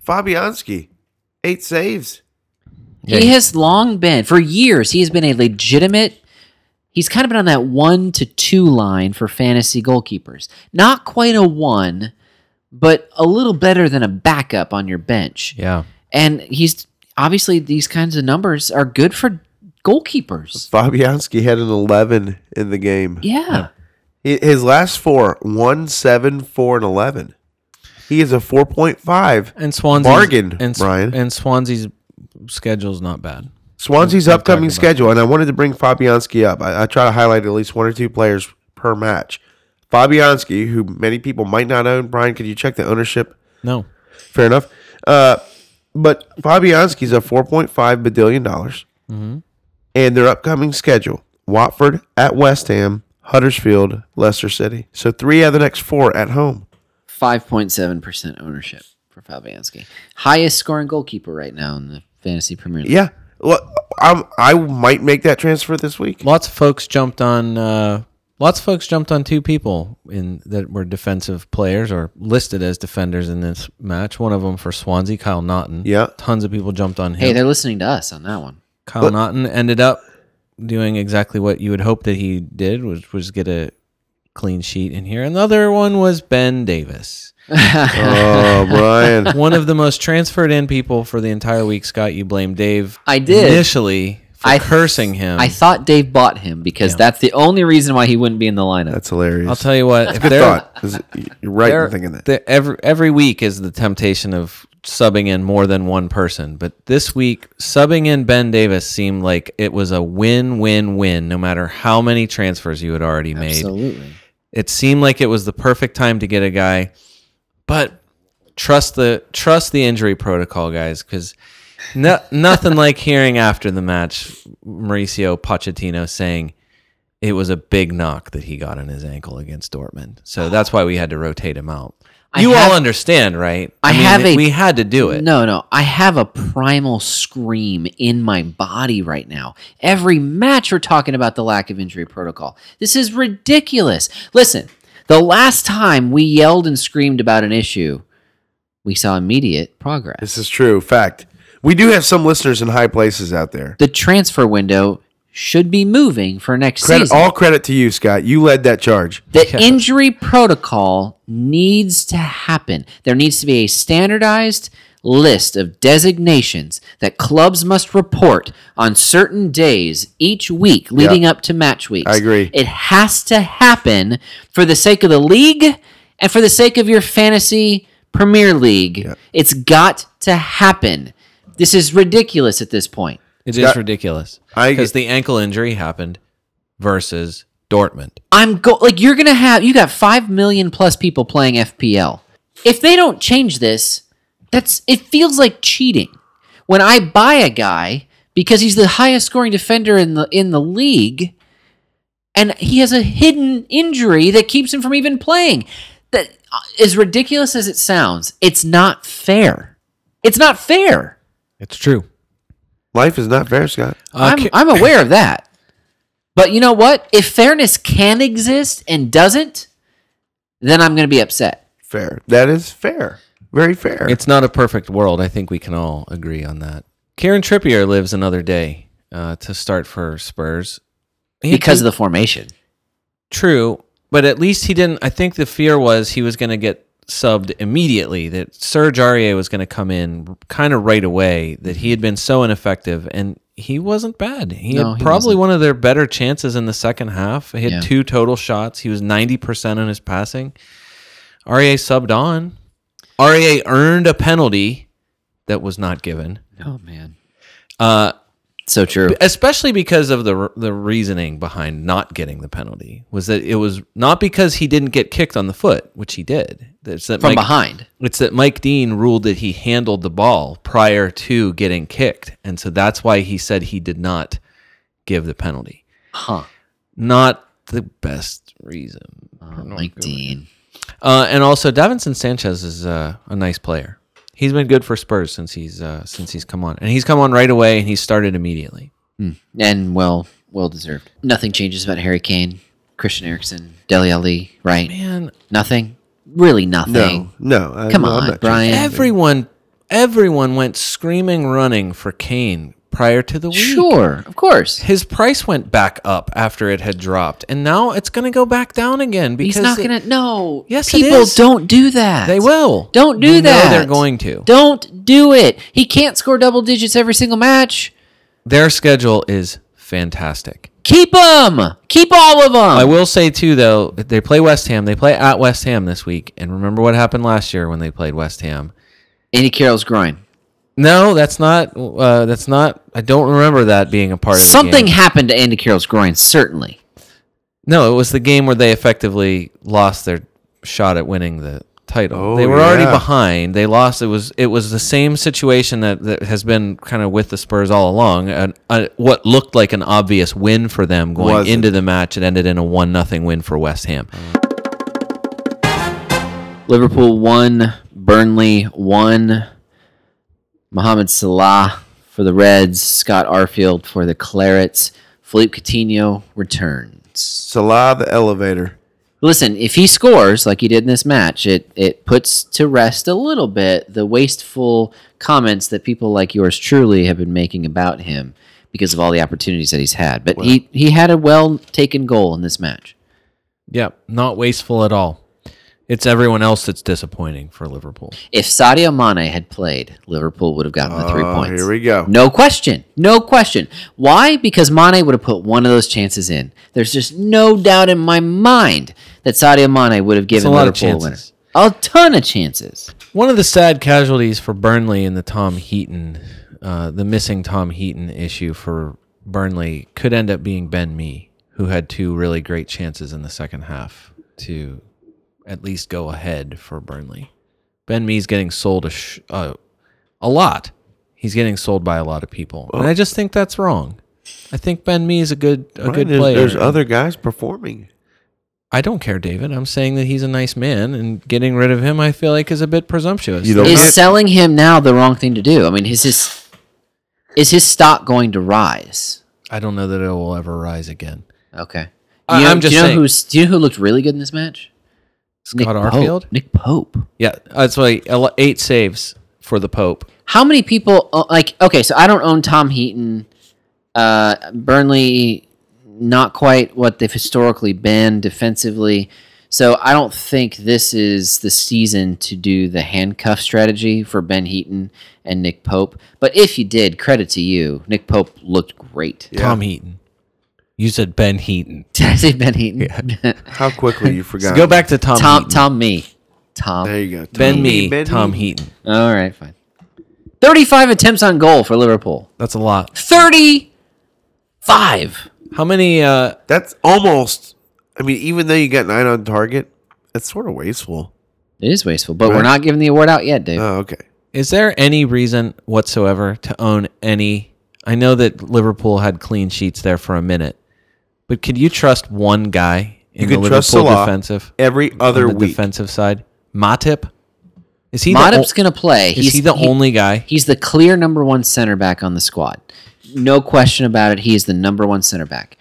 Speaker 2: Fabianski, eight saves.
Speaker 3: He has long been, for years, he has been a legitimate. He's kind of been on that one to two line for fantasy goalkeepers. Not quite a one, but a little better than a backup on your bench.
Speaker 4: Yeah.
Speaker 3: And he's obviously these kinds of numbers are good for goalkeepers.
Speaker 2: Fabianski had an 11 in the game.
Speaker 3: Yeah.
Speaker 2: Hi- His last four, one, seven, four, and 11. He is a 4.5.
Speaker 4: And Swansea
Speaker 2: Bargain,
Speaker 4: and, S-
Speaker 2: Brian.
Speaker 4: and Swansea's schedule's not bad.
Speaker 2: Swansea's
Speaker 4: I'm talking
Speaker 2: upcoming
Speaker 4: about-
Speaker 2: schedule, and I wanted to bring Fabianski up. I, I try to highlight at least one or two players per match. Fabianski, who many people might not own. Brian, could you check the ownership?
Speaker 4: No.
Speaker 2: Fair enough. Uh, but Fabianski's a $4.5 billion. dollars And their upcoming schedule Watford at West Ham, Huddersfield, Leicester City. So three out of the next four at home.
Speaker 3: 5.7% ownership for Fabianski. Highest scoring goalkeeper right now in the fantasy Premier League.
Speaker 2: Yeah. Well, I'm, I might make that transfer this week.
Speaker 4: Lots of folks jumped on. Uh, lots of folks jumped on two people in that were defensive players or listed as defenders in this match. One of them for Swansea, Kyle Naughton.
Speaker 2: Yeah.
Speaker 4: Tons of people jumped on
Speaker 3: Hey,
Speaker 4: him.
Speaker 3: they're listening to us on that one.
Speaker 4: Kyle Naughton ended up doing exactly what you would hope that he did, which was get a clean sheet in here. Another one was Ben Davis.
Speaker 2: Oh, Brian.
Speaker 4: one of the most transferred in people for the entire week. Scott, you blame Dave.
Speaker 3: I did.
Speaker 4: initially for
Speaker 3: I-
Speaker 4: cursing him.
Speaker 3: I thought Dave bought him because that's the only reason why he wouldn't be in the lineup.
Speaker 2: That's hilarious.
Speaker 4: I'll tell you what. If
Speaker 2: Good
Speaker 4: there-
Speaker 2: thought. 'cause You're right
Speaker 4: there-
Speaker 2: in thinking that.
Speaker 4: there- every every week is the temptation of subbing in more than one person, but this week subbing in Ben Davis seemed like it was a win-win-win. No matter how many transfers you had already made,
Speaker 3: Absolutely.
Speaker 4: it seemed like it was the perfect time to get a guy but trust the trust the injury protocol guys because no, nothing like hearing after the match mauricio pochettino saying it was a big knock that he got on his ankle against dortmund so that's why we had to rotate him out
Speaker 3: I
Speaker 4: you
Speaker 3: have-
Speaker 4: all understand right
Speaker 3: I have a-
Speaker 4: we had to do it
Speaker 3: No, no. I have a primal scream in my body right now. Every match we're talking about the lack of injury protocol. This is ridiculous. Listen, the last time we yelled and screamed about an issue, we saw immediate progress.
Speaker 2: This is true. Fact. We do have some listeners in high places out there.
Speaker 3: The transfer window should be moving for next
Speaker 2: Credit,
Speaker 3: season.
Speaker 2: all credit to you, Scott. You led that charge.
Speaker 3: The injury protocol needs to happen. There needs to be a standardized list of designations that clubs must report on certain days each week leading up to match weeks.
Speaker 2: I agree.
Speaker 3: It has to happen for the sake of the league and for the sake of your fantasy Premier League. It's got to happen. This is ridiculous at this point.
Speaker 4: it is ridiculous
Speaker 2: I-
Speaker 4: because the ankle injury happened versus dortmund
Speaker 3: I'm go like you're gonna have you got five million plus people playing FPL. If they don't change this, that's it feels like cheating. When I buy a guy because he's the highest scoring defender in the in the league, and he has a hidden injury that keeps him from even playing. That uh, as ridiculous as it sounds, it's not fair. It's not fair.
Speaker 4: it's true Uh,
Speaker 2: Life is not fair, Scott.
Speaker 3: I'm, I'm aware of that. But you know what? If fairness can exist and doesn't, then I'm going to be upset.
Speaker 2: Fair. That is fair. Very fair.
Speaker 4: It's not a perfect world. I think we can all agree on that. Kieran Trippier lives another day uh, to start for Spurs He-
Speaker 3: Because of the formation.
Speaker 4: true, but at least he didn't. I think the fear was he was going to get subbed immediately. That Serge Aurier was going to come in kind of right away. That he had been so ineffective, and he wasn't bad. He
Speaker 3: No,
Speaker 4: had
Speaker 3: he
Speaker 4: probably
Speaker 3: wasn't.
Speaker 4: one of their better chances in the second half. He had
Speaker 3: Yeah.
Speaker 4: two total shots. He was ninety percent on his passing. Aurier subbed on. Aurier earned a penalty that was not given.
Speaker 3: Oh, man.
Speaker 4: Uh,
Speaker 3: So true.
Speaker 4: especially because of the the reasoning behind not getting the penalty was that it was not because he didn't get kicked on the foot, which he did. It's that
Speaker 3: From
Speaker 4: Mike-
Speaker 3: behind.
Speaker 4: It's that Mike Dean ruled that he handled the ball prior to getting kicked, and so that's why he said he did not give the penalty.
Speaker 3: Huh.
Speaker 4: Not the best reason.
Speaker 3: Oh, Mike Dean.
Speaker 4: Uh, and also, Davinson Sanchez is uh, a nice player. He's been good for Spurs since he's uh, since he's come on, and he's come on right away, and he started immediately.
Speaker 3: And well, well deserved. Nothing changes about Harry Kane, Christian Eriksen, Deli Ali, right?
Speaker 4: Man,
Speaker 3: Nothing? Really nothing.
Speaker 2: No, no. I-
Speaker 3: Come
Speaker 2: no, I'm
Speaker 3: on,
Speaker 2: not
Speaker 3: Brian.
Speaker 4: Everyone, everyone went screaming running for Kane prior to the week.
Speaker 3: Sure, of course.
Speaker 4: His price went back up after it had dropped, and now it's going to go back down again because
Speaker 3: He's not
Speaker 4: it-
Speaker 3: going to. No.
Speaker 4: Yes, it
Speaker 3: People
Speaker 4: is.
Speaker 3: don't do that.
Speaker 4: they will.
Speaker 3: Don't do
Speaker 4: You know
Speaker 3: that.
Speaker 4: they're going to.
Speaker 3: Don't do it. He can't score double digits every single match.
Speaker 4: Their schedule is fantastic.
Speaker 3: Keep him. Keep all of them.
Speaker 4: I will say too, though, they play West Ham. They play at West Ham this week, and remember what happened last year when they played West Ham.
Speaker 3: Andy Carroll's groin.
Speaker 4: No, that's not. Uh, that's not. I don't remember that being a part of the
Speaker 3: Something
Speaker 4: game.
Speaker 3: happened to Andy Carroll's groin, certainly.
Speaker 4: No, it was the game where they effectively lost their shot at winning the title.
Speaker 2: Oh,
Speaker 4: they were already
Speaker 2: yeah.
Speaker 4: behind. They lost. It was it was the same situation that, that has been kind of with the Spurs all along. And uh, what looked like an obvious win for them going
Speaker 2: Was it?
Speaker 4: into the match, it ended in a one nothing win for West Ham.
Speaker 3: Liverpool one, Burnley one, Mohamed Salah for the Reds, Scott Arfield for the Clarets, Philippe Coutinho returns.
Speaker 2: Salah the elevator.
Speaker 3: Listen, if he scores like he did in this match, it it puts to rest a little bit the wasteful comments that people like yours truly have been making about him because of all the opportunities that he's had. But he he had a well taken goal in this match.
Speaker 4: Yeah, not wasteful at all. It's everyone else that's disappointing for Liverpool.
Speaker 3: If Sadio Mane had played, Liverpool would have gotten the three
Speaker 4: Uh,
Speaker 2: Oh,
Speaker 3: points.
Speaker 2: Here we go.
Speaker 3: No question. No question. Why? Because Mane would have put one of those chances in. There's just no doubt in my mind that Sadio Mane would have given
Speaker 4: a lot of
Speaker 3: Liverpool a winner.
Speaker 4: chances.
Speaker 3: A ton of chances.
Speaker 4: One of the sad casualties for Burnley in the Tom Heaton, uh, the missing Tom Heaton issue for Burnley could end up being Ben Mee, who had two really great chances in the second half to at least go ahead for Burnley. Ben Mee's getting sold a, sh- uh, a lot. He's getting sold by a lot of people, and I just think that's wrong. I think Ben Mee is a good a
Speaker 2: Brian,
Speaker 4: good
Speaker 2: there's,
Speaker 4: player.
Speaker 2: There's other guys performing.
Speaker 4: I don't care, David. I'm saying that he's a nice man, and getting rid of him, I feel like, is a bit presumptuous.
Speaker 2: You don't-
Speaker 3: Is
Speaker 2: Okay.
Speaker 3: selling him now the wrong thing to do? I mean, is his is his stock going to rise?
Speaker 4: I don't know that it will ever rise again.
Speaker 3: Okay.
Speaker 4: I-
Speaker 3: You know-
Speaker 4: I'm just
Speaker 3: do you know
Speaker 4: saying.
Speaker 3: who's do you know who looked really good in this match?
Speaker 4: Scott Arfield?
Speaker 3: Pope. Nick Pope.
Speaker 4: Yeah, that's why ele- eight saves for the Pope.
Speaker 3: How many people uh, like? Okay, so I don't own Tom Heaton. Uh, Burnley, not quite what they've historically been defensively. So I don't think this is the season to do the handcuff strategy for Ben Heaton and Nick Pope. But if you did, credit to you. Nick Pope looked great.
Speaker 4: Tom Heaton. You said Ben Heaton.
Speaker 3: Did I say Ben Heaton?
Speaker 2: How quickly you
Speaker 4: So
Speaker 2: forgot.
Speaker 4: go back to Tom.
Speaker 3: Tom,
Speaker 4: Heaton.
Speaker 3: Tom, me, Tom.
Speaker 2: There you go.
Speaker 4: Ben me.
Speaker 2: Ben
Speaker 4: Tom
Speaker 2: Mee.
Speaker 4: Heaton.
Speaker 3: All right, fine. Thirty-five attempts on goal for Liverpool.
Speaker 4: That's a lot.
Speaker 3: Thirty-five.
Speaker 4: How many? Uh,
Speaker 2: That's almost. I mean, even though you got nine on target, that's sort of wasteful.
Speaker 3: It is wasteful, but we're not giving the award out yet, Dave.
Speaker 4: Uh,
Speaker 2: Oh, okay.
Speaker 4: is there any reason whatsoever to own any? I know that Liverpool had clean sheets there for a minute, but could you trust one guy in
Speaker 2: You
Speaker 4: the
Speaker 2: could trust
Speaker 4: Liverpool
Speaker 2: Salah
Speaker 4: defensive
Speaker 2: Every
Speaker 4: on
Speaker 2: other
Speaker 4: the
Speaker 2: week.
Speaker 4: defensive side? Matip. Is he?
Speaker 3: Matip's
Speaker 4: the,
Speaker 3: going to play.
Speaker 4: o- is he the only guy?
Speaker 3: He's the clear number one center back on the squad. No question about it. He is the number one center back.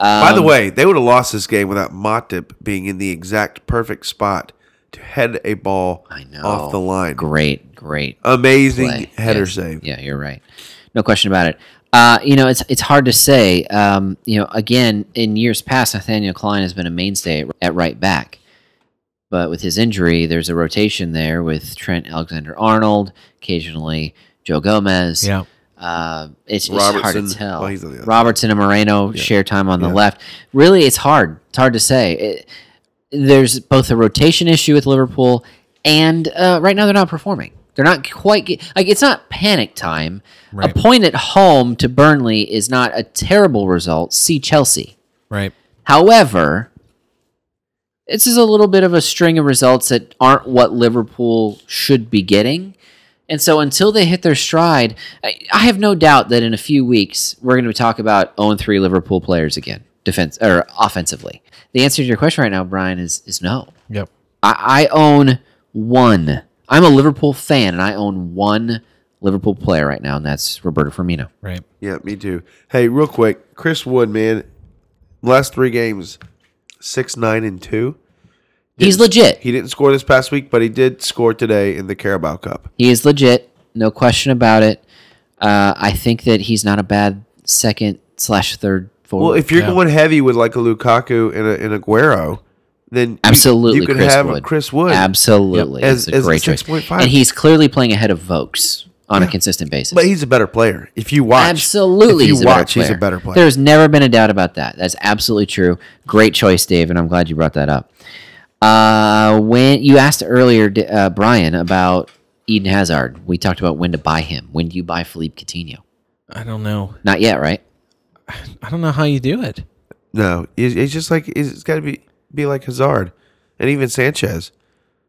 Speaker 2: By the way, they would have lost this game without Matip being in the exact perfect spot to head a ball
Speaker 3: I know.
Speaker 2: off the line.
Speaker 3: Great, great
Speaker 2: Amazing
Speaker 3: play.
Speaker 2: header
Speaker 3: Yeah.
Speaker 4: Uh,
Speaker 2: save.
Speaker 3: Yeah, you're right. No question about it. Uh, you know, it's it's hard to say. Um, you know, again, in years past, Nathaniel Klein has been a mainstay at, at right back, but with his injury, there's a rotation there with Trent Alexander-Arnold, occasionally Joe Gomez.
Speaker 4: Yeah.
Speaker 3: Uh, it's, it's hard to
Speaker 2: Robertson.
Speaker 3: tell.
Speaker 2: Well, he's on the other
Speaker 3: Robertson and Moreno share time on the left. Really, it's hard. It's hard to say. It, there's both a rotation issue with Liverpool, and uh, right now they're not performing. They're not quite get, like it's not panic time.
Speaker 4: Right.
Speaker 3: A point at home to Burnley is not a terrible result. See Chelsea.
Speaker 4: Right.
Speaker 3: However, this is a little bit of a string of results that aren't what Liverpool should be getting. And so until they hit their stride, I, I have no doubt that in a few weeks we're going to talk about 0 3 Liverpool players again, defense or offensively. The answer to your question right now, Brian, is is no.
Speaker 4: Yep.
Speaker 3: I, I own one. I'm a Liverpool fan, and I own one Liverpool player right now, and that's Roberto Firmino.
Speaker 4: Right.
Speaker 2: Yeah, me too. Hey, real quick, Chris Wood, man, last three games, six, nine, and two.
Speaker 3: He's legit.
Speaker 2: He didn't score this past week, but he did score today in the Carabao Cup.
Speaker 3: He is legit, no question about it. Uh, I think that he's not a bad second slash third forward.
Speaker 2: Well, if you're
Speaker 4: Yeah.
Speaker 2: going heavy with like a Lukaku and a, and Aguero, then you-
Speaker 3: absolutely,
Speaker 2: you, could
Speaker 3: Chris
Speaker 2: have
Speaker 3: Wood.
Speaker 2: Chris Wood.
Speaker 3: absolutely,
Speaker 2: Yep.
Speaker 3: as,
Speaker 2: As- as
Speaker 3: a great choice.
Speaker 2: 6.5.
Speaker 3: And he's clearly playing ahead of Vokes on a consistent basis.
Speaker 2: But he's a better player. If you watch,
Speaker 3: absolutely,
Speaker 2: if you
Speaker 3: he's a
Speaker 2: watch,
Speaker 3: better
Speaker 2: he's a better player.
Speaker 3: There's never been a doubt about that. That's absolutely true. Great choice, Dave, and I'm glad you brought that up. Uh, when you asked earlier, D- uh, Brian, about Eden Hazard, we talked about when to buy him. When do you buy Philippe Coutinho?
Speaker 4: I don't know.
Speaker 3: Not yet, right?
Speaker 4: I don't know how you do it.
Speaker 2: No, it's, it's just like it's, it's got to be be like Hazard and even Sanchez.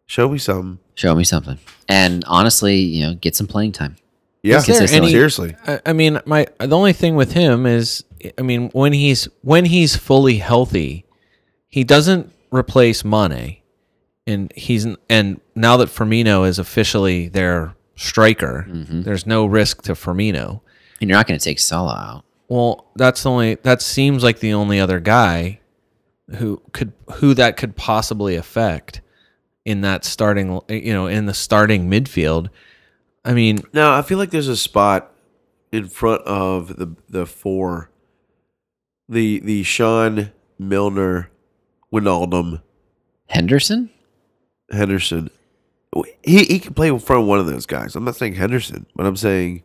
Speaker 2: Show me something.
Speaker 3: Show me something. And honestly, you know, get some playing time.
Speaker 2: Yeah,
Speaker 4: there any-
Speaker 2: seriously.
Speaker 4: I, I mean, my the only thing with him is, I mean, when he's when he's fully healthy, he doesn't replace Mane, and he's and now that Firmino is officially their striker, there's no risk to Firmino.
Speaker 3: And you're not going to take Salah out.
Speaker 4: Well, that's the only that seems like the only other guy who could who that could possibly affect in that starting you know in the starting midfield. I mean,
Speaker 2: No, I feel like there's a spot in front of the the four, the the Sean Milner, Winaldum,
Speaker 3: Henderson?
Speaker 2: Henderson. He he can play in front of one of those guys. I'm not saying Henderson, but I'm saying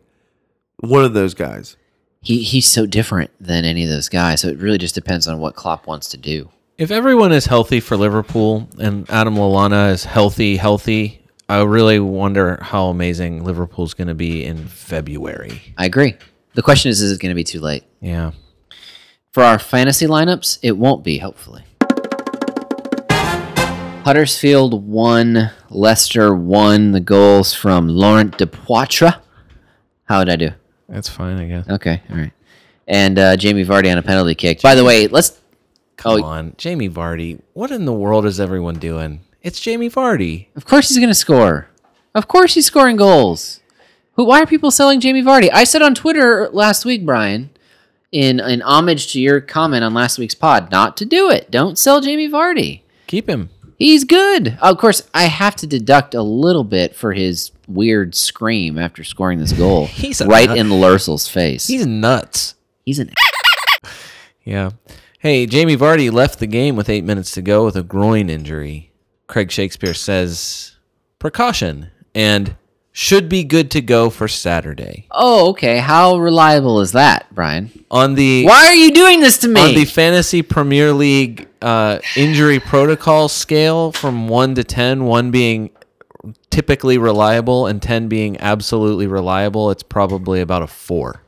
Speaker 2: one of those guys.
Speaker 3: He, he's so different than any of those guys. So it really just depends on what Klopp wants to do.
Speaker 4: If everyone is healthy for Liverpool and Adam Lallana is healthy, healthy, I really wonder how amazing Liverpool's going to be in February.
Speaker 3: I agree. The question is, is it going to be too late?
Speaker 4: Yeah.
Speaker 3: For our fantasy lineups, it won't be, hopefully. Huddersfield 1, Leicester 1. The goals from Laurent de Poitre. How did I do?
Speaker 4: That's fine, I guess.
Speaker 3: Okay, all right. And uh, Jamie Vardy on a penalty kick. By the way, let's.
Speaker 4: Come
Speaker 3: oh,
Speaker 4: on. Jamie Vardy. What in the world is everyone doing? It's Jamie Vardy.
Speaker 3: Of course he's going to score. Of course he's scoring goals. Who? Why are people selling Jamie Vardy? I said on Twitter last week, Brian, in in homage to your comment on last week's pod, not to do it. Don't sell Jamie Vardy.
Speaker 4: Keep him.
Speaker 3: He's good. Of course, I have to deduct a little bit for his weird scream after scoring this goal
Speaker 4: He's a
Speaker 3: right
Speaker 4: nut.
Speaker 3: in Lursel's face. He's,
Speaker 4: He's nuts.
Speaker 3: an
Speaker 4: Yeah. Hey, Jamie Vardy left the game with eight minutes to go with a groin injury. Craig Shakespeare says precaution and should be good to go for Saturday.
Speaker 3: Oh, okay. How reliable is that, Brian?
Speaker 4: On the
Speaker 3: Why are you doing this to me?
Speaker 4: on the fantasy Premier League uh, injury protocol scale from one to 10, one being typically reliable and 10 being absolutely reliable, it's probably about a four.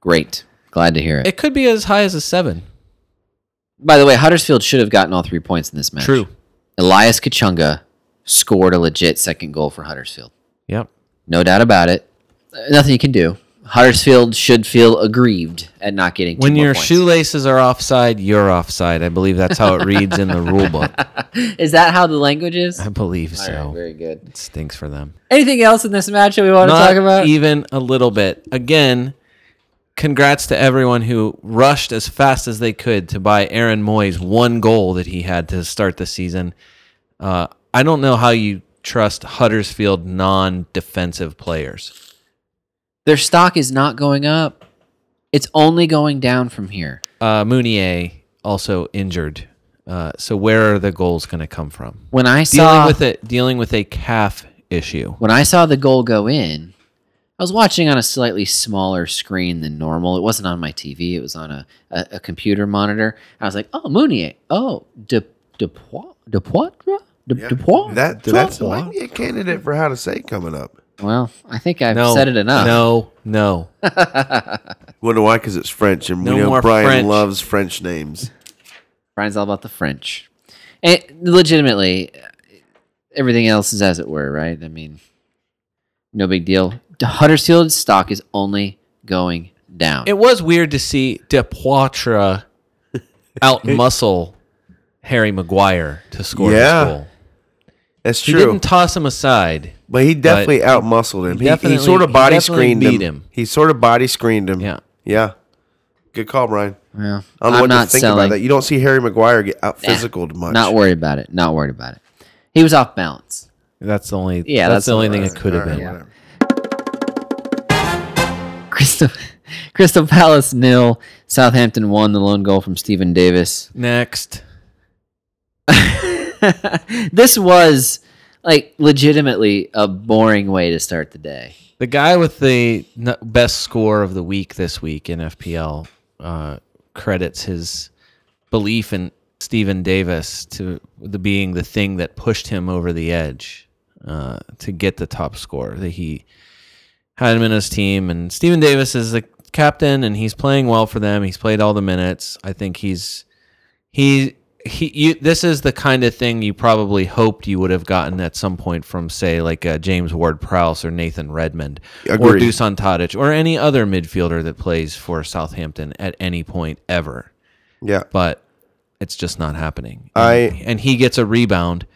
Speaker 3: Great. Glad to hear it.
Speaker 4: It could be as high as a seven.
Speaker 3: By the way, Huddersfield should have gotten all three points in this match.
Speaker 4: True.
Speaker 3: Elias Kachunga scored a legit second goal for Huddersfield.
Speaker 4: Yep.
Speaker 3: No doubt about it. Uh, Nothing you can do. Huddersfield should feel aggrieved at not getting two
Speaker 4: When
Speaker 3: more
Speaker 4: your
Speaker 3: points.
Speaker 4: shoelaces are offside, you're offside. I believe that's how it reads in the rule book.
Speaker 3: Is that how the language is?
Speaker 4: I believe so.
Speaker 3: Very good.
Speaker 4: it stinks for them.
Speaker 3: Anything else in this match that we want to talk about?
Speaker 4: even a little bit. Again, congrats to everyone who rushed as fast as they could to buy Aaron Moy's one goal that he had to start the season. Uh, I don't know how you trust Huddersfield non-defensive players.
Speaker 3: Their stock is not going up. It's only going down from here.
Speaker 4: Uh, Mounier also injured, uh, so where are the goals going to come from?
Speaker 3: When I saw
Speaker 4: Dealing with it, dealing with a calf issue.
Speaker 3: when I saw the goal go in, I was watching on a slightly smaller screen than normal. It wasn't on my TV. It was on a, a, a computer monitor. I was like, oh, Mounier. Oh, de, de, Poit- de Poitre? De, de Poitre?
Speaker 2: That
Speaker 3: De
Speaker 2: that's
Speaker 3: Poitre?
Speaker 2: might be a candidate for how to say coming up.
Speaker 3: Well, I think I've
Speaker 4: No,
Speaker 3: said it enough.
Speaker 4: No, no.
Speaker 2: Wonder why? Because it's French, and
Speaker 4: No
Speaker 2: we know
Speaker 4: more
Speaker 2: Brian
Speaker 4: French.
Speaker 2: loves French names.
Speaker 3: Brian's all about the French. And legitimately, everything else is as it were, right? I mean, no big deal. Huddersfield stock is only going down.
Speaker 4: It was weird to see De Poitre out muscle Harry Maguire to score
Speaker 2: Yeah,
Speaker 4: this goal.
Speaker 2: That's
Speaker 4: He
Speaker 2: true.
Speaker 4: didn't toss him aside.
Speaker 2: but he definitely outmuscled him. He, he,
Speaker 4: definitely-
Speaker 2: sort of
Speaker 4: he
Speaker 2: body
Speaker 4: definitely
Speaker 2: screened
Speaker 4: beat
Speaker 2: him.
Speaker 4: him.
Speaker 2: He sort of body screened him.
Speaker 4: Yeah.
Speaker 2: Yeah. Good call, Brian.
Speaker 3: Well,
Speaker 2: I don't know
Speaker 3: I'm
Speaker 2: what
Speaker 3: not
Speaker 2: to think
Speaker 3: selling.
Speaker 2: about that. You don't see Harry Maguire get out physicaled much.
Speaker 3: Not worried about it. Not worried about it. He was off balance.
Speaker 4: That's the only.
Speaker 3: Yeah, that's
Speaker 4: that's, the only thing
Speaker 2: Alright,
Speaker 4: it could have
Speaker 2: alright,
Speaker 4: been.
Speaker 2: whatever.
Speaker 3: Crystal, Crystal Palace nil. Southampton won the lone goal from Stephen Davis.
Speaker 4: Next,
Speaker 3: this was like legitimately a boring way to start the day.
Speaker 4: the guy with the n- best score of the week this week in FPL uh, credits his belief in Stephen Davis to the being the thing that pushed him over the edge uh, to get the top score. That he had him in his team, and Stephen Davis is the captain, and he's playing well for them. He's played all the minutes. I think he's he he. You, this is the kind of thing you probably hoped you would have gotten at some point from, say, like uh, James Ward Prowse or Nathan Redmond or
Speaker 2: Agreed.
Speaker 4: Dusan Tadic or any other midfielder that plays for Southampton at any point ever
Speaker 2: Yeah.
Speaker 4: but it's just not happening.
Speaker 2: I-
Speaker 4: and he gets a rebound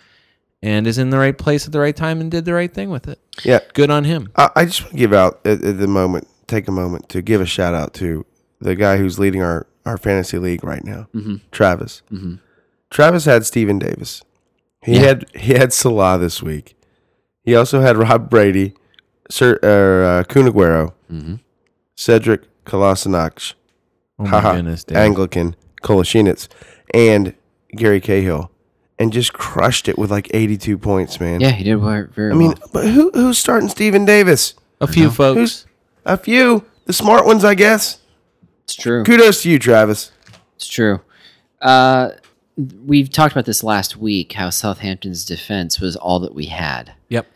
Speaker 4: and is in the right place at the right time and did the right thing with it.
Speaker 2: Yeah.
Speaker 4: Good on him.
Speaker 2: I, I just want to give out at, at the moment, take a moment to give a shout out to the guy who's leading our, our fantasy league right now,
Speaker 4: Mm-hmm.
Speaker 2: Travis. Travis had Steven Davis. He had he had Salah this week. He also had Rob Brady, Sir uh, uh, Kun Aguero, Cedric Kolasinac,
Speaker 4: Oh Mm-hmm. my
Speaker 2: haha,
Speaker 4: goodness, Dave.
Speaker 2: Anglican Kolasinac, and Gary Cahill, and just crushed it with like eighty two points, man.
Speaker 3: Yeah, he did very, very
Speaker 2: I mean,
Speaker 3: well.
Speaker 2: but who who's starting Steven Davis?
Speaker 4: a few folks.
Speaker 2: Who's- A few. The smart ones, I guess.
Speaker 3: It's true.
Speaker 2: Kudos to you, Travis.
Speaker 3: It's true. Uh, we've talked about this last week how Southampton's defense was all that we had.
Speaker 4: yep.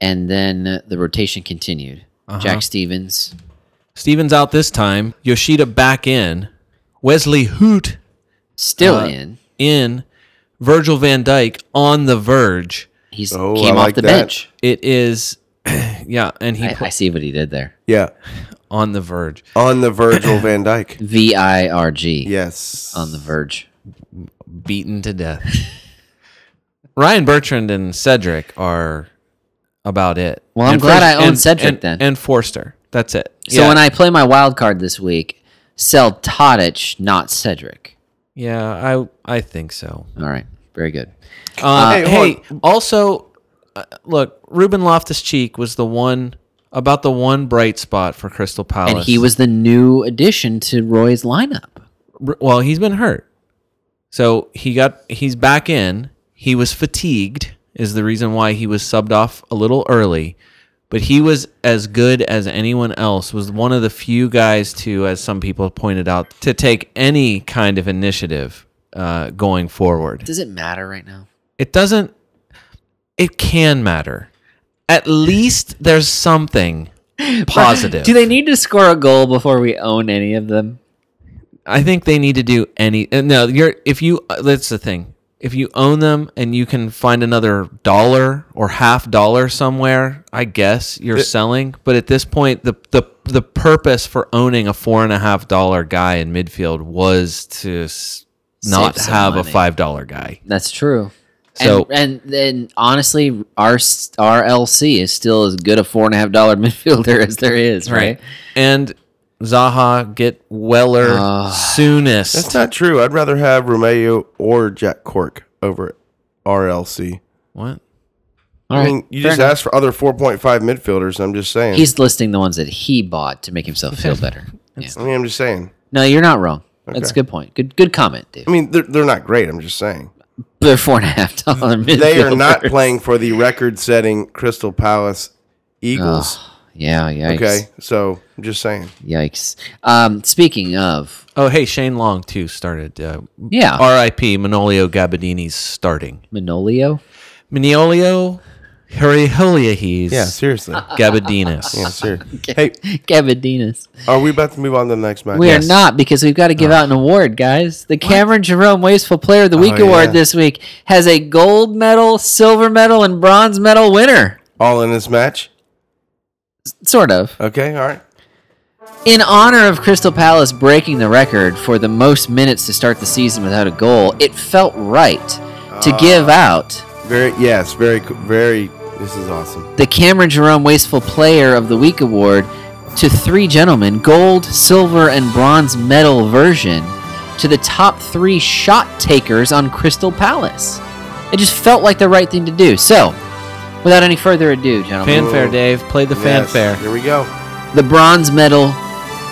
Speaker 3: And then uh, the rotation continued.
Speaker 2: Uh-huh.
Speaker 3: Jack Stevens.
Speaker 4: Stevens out this time. Yoshida back in. Wesley Hoot
Speaker 3: Still
Speaker 4: Uh,
Speaker 3: in.
Speaker 4: in. Virgil Van Dyke on the verge.
Speaker 3: He's
Speaker 2: Oh,
Speaker 3: came
Speaker 2: I
Speaker 3: off
Speaker 2: like
Speaker 3: the
Speaker 2: that.
Speaker 3: bench.
Speaker 4: It is yeah, and he
Speaker 3: I,
Speaker 4: pla-
Speaker 3: I see what he did there.
Speaker 2: Yeah.
Speaker 4: on the verge.
Speaker 2: On the Virgil Van Dyke.
Speaker 3: V I R G.
Speaker 2: Yes.
Speaker 3: On the verge.
Speaker 4: beaten to death. Ryan Bertrand and Cedric are about it.
Speaker 3: Well, I'm
Speaker 4: And
Speaker 3: glad I own
Speaker 4: and-
Speaker 3: Cedric
Speaker 4: and-
Speaker 3: then.
Speaker 4: And Forster. That's it.
Speaker 3: So
Speaker 4: yeah.
Speaker 3: when I play my wild card this week, sell Tadic, not Cedric.
Speaker 4: Yeah, I I think so.
Speaker 3: All right. Very good.
Speaker 4: Uh,
Speaker 2: Hey,
Speaker 4: hey,
Speaker 2: hold
Speaker 4: also, uh, look, Ruben Loftus Cheek was the one about the one bright spot for Crystal Palace.
Speaker 3: And he was the new addition to Roy's lineup.
Speaker 4: R- well, he's been hurt, so he got he's back in. He was fatigued, is the reason why he was subbed off a little early. But he was as good as anyone else. Was one of the few guys to, as some people pointed out, to take any kind of initiative uh, going forward.
Speaker 3: Does it matter right now?
Speaker 4: it doesn't it can matter at least there's something positive
Speaker 3: Do they need to score a goal before we own any of them?
Speaker 4: i think they need to do any uh, no you're if you uh, that's the thing if you own them and you can find another dollar or half dollar somewhere i guess you're selling but at this point the, the the purpose for owning a four and a half dollar guy in midfield was to s- not
Speaker 3: some
Speaker 4: have
Speaker 3: money.
Speaker 4: a five dollar guy
Speaker 3: That's true.
Speaker 4: So-
Speaker 3: and, and then honestly, our s- RLC is still as good a four and a half dollar midfielder as there is, right?
Speaker 4: And Zaha get Weller soonest.
Speaker 2: That's not true. I'd rather have Romeo or Jack Cork over RLC.
Speaker 4: what?
Speaker 3: All
Speaker 2: I
Speaker 3: right,
Speaker 2: mean, you
Speaker 3: fair
Speaker 2: just
Speaker 3: enough.
Speaker 2: asked for other 4.5 midfielders. I'm just saying.
Speaker 3: He's listing the ones that he bought to make himself feel better. Yeah.
Speaker 2: I mean, I'm just saying.
Speaker 3: No, you're not wrong. That's a good point. Good, good comment, Dave.
Speaker 2: I mean, they're, they're not great. I'm just saying.
Speaker 3: They're four and a half dollar midfielders.
Speaker 2: They are not playing for the record setting Crystal Palace Eagles.
Speaker 3: Yeah, Ah, yikes.
Speaker 2: okay. So I'm just saying.
Speaker 3: Yikes. Um, speaking of,
Speaker 4: Oh, hey, Shane Long too started. Uh,
Speaker 3: yeah,
Speaker 4: R.I.P. Manolio Gabadini's starting.
Speaker 3: Manolio.
Speaker 4: Manolio, Hurrihuliahes.
Speaker 2: Yeah, seriously.
Speaker 4: Gabardinus.
Speaker 2: Yeah, seriously. Hey,
Speaker 3: Gabardinus.
Speaker 2: are we about to move on to the next match?
Speaker 3: We are not because we've got to
Speaker 2: Uh.
Speaker 3: give out an award, guys. The Cameron Jerome Wasteful Player of the Week
Speaker 2: Oh, yeah.
Speaker 3: award this week has a gold medal, silver medal, and bronze medal winner.
Speaker 2: All in this match?
Speaker 3: Sort of.
Speaker 2: Okay, all right.
Speaker 3: In honor of Crystal Palace breaking the record for the most minutes to start the season without a goal, it felt right to
Speaker 2: Uh.
Speaker 3: give out
Speaker 2: Very, yes, very, co- very, this is awesome.
Speaker 3: the Cameron Jerome Wasteful Player of the Week award to three gentlemen gold, silver, and bronze medal version to the top three shot takers on Crystal Palace. It just felt like the right thing to do. So, without any further ado, gentlemen,
Speaker 4: Fanfare, Dave. Play the
Speaker 2: Yes,
Speaker 4: fanfare.
Speaker 2: Here we go.
Speaker 3: the bronze medal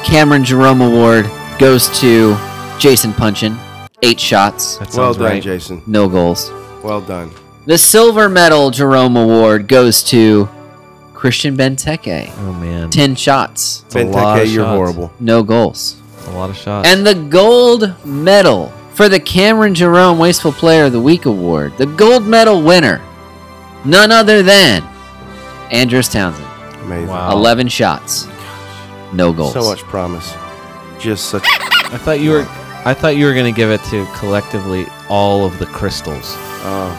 Speaker 3: Cameron Jerome award goes to Jason Punchin. Eight shots,
Speaker 4: That sounds
Speaker 2: Well done,
Speaker 4: right.
Speaker 2: Jason.
Speaker 3: no goals.
Speaker 2: Well done.
Speaker 3: The silver medal Jerome award goes to Christian Benteke.
Speaker 4: Oh man,
Speaker 3: 10 shots.
Speaker 4: a lot of
Speaker 2: Benteke, you're
Speaker 4: shots.
Speaker 2: horrible.
Speaker 3: no goals.
Speaker 4: That's a lot of shots.
Speaker 3: And the gold medal for the Cameron Jerome Wasteful Player of the Week award, the gold medal winner, none other than Andrus Townsend.
Speaker 2: Amazing.
Speaker 4: Wow.
Speaker 3: 11 shots, no goals.
Speaker 2: So much promise. Just such.
Speaker 4: I thought you were, I thought you were gonna give it to collectively all of the crystals.
Speaker 2: Uh,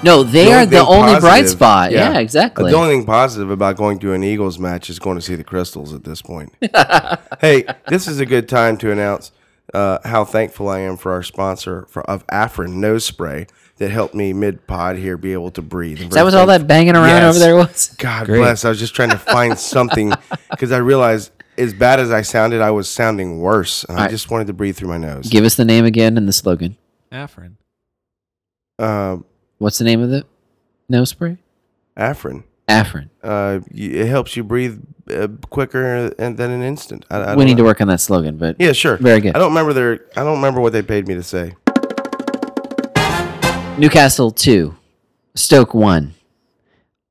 Speaker 3: No, they
Speaker 2: The only
Speaker 3: are the
Speaker 2: thing
Speaker 3: only bright
Speaker 2: positive-
Speaker 3: spot.
Speaker 2: yeah.
Speaker 3: Yeah, exactly.
Speaker 2: the only thing positive about going to an Eagles match is going to see the crystals at this point. hey, this is a good time to announce uh, how thankful I am for our sponsor for of Afrin nose spray that helped me mid pod here be able to breathe.
Speaker 3: that was all that banging around
Speaker 2: Yes.
Speaker 3: over there was?
Speaker 2: God
Speaker 4: Great.
Speaker 2: bless. I was just trying to find something because I realized as bad as I sounded, I was sounding worse, and I
Speaker 3: Alright.
Speaker 2: just wanted to breathe through my nose.
Speaker 3: Give us the name again and the slogan.
Speaker 4: Afrin.
Speaker 2: Uh,
Speaker 3: What's the name of the nose spray?
Speaker 2: Afrin.
Speaker 3: Afrin.
Speaker 2: Uh, y- it helps you breathe uh, quicker and than an instant. I, I don't
Speaker 3: We need
Speaker 2: know.
Speaker 3: to work on that slogan, but
Speaker 2: Yeah, sure.
Speaker 3: Very good.
Speaker 2: I don't remember their. I don't remember what they paid me to say.
Speaker 3: Newcastle two, Stoke one.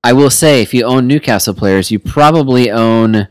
Speaker 3: I will say, if you own Newcastle players, you probably own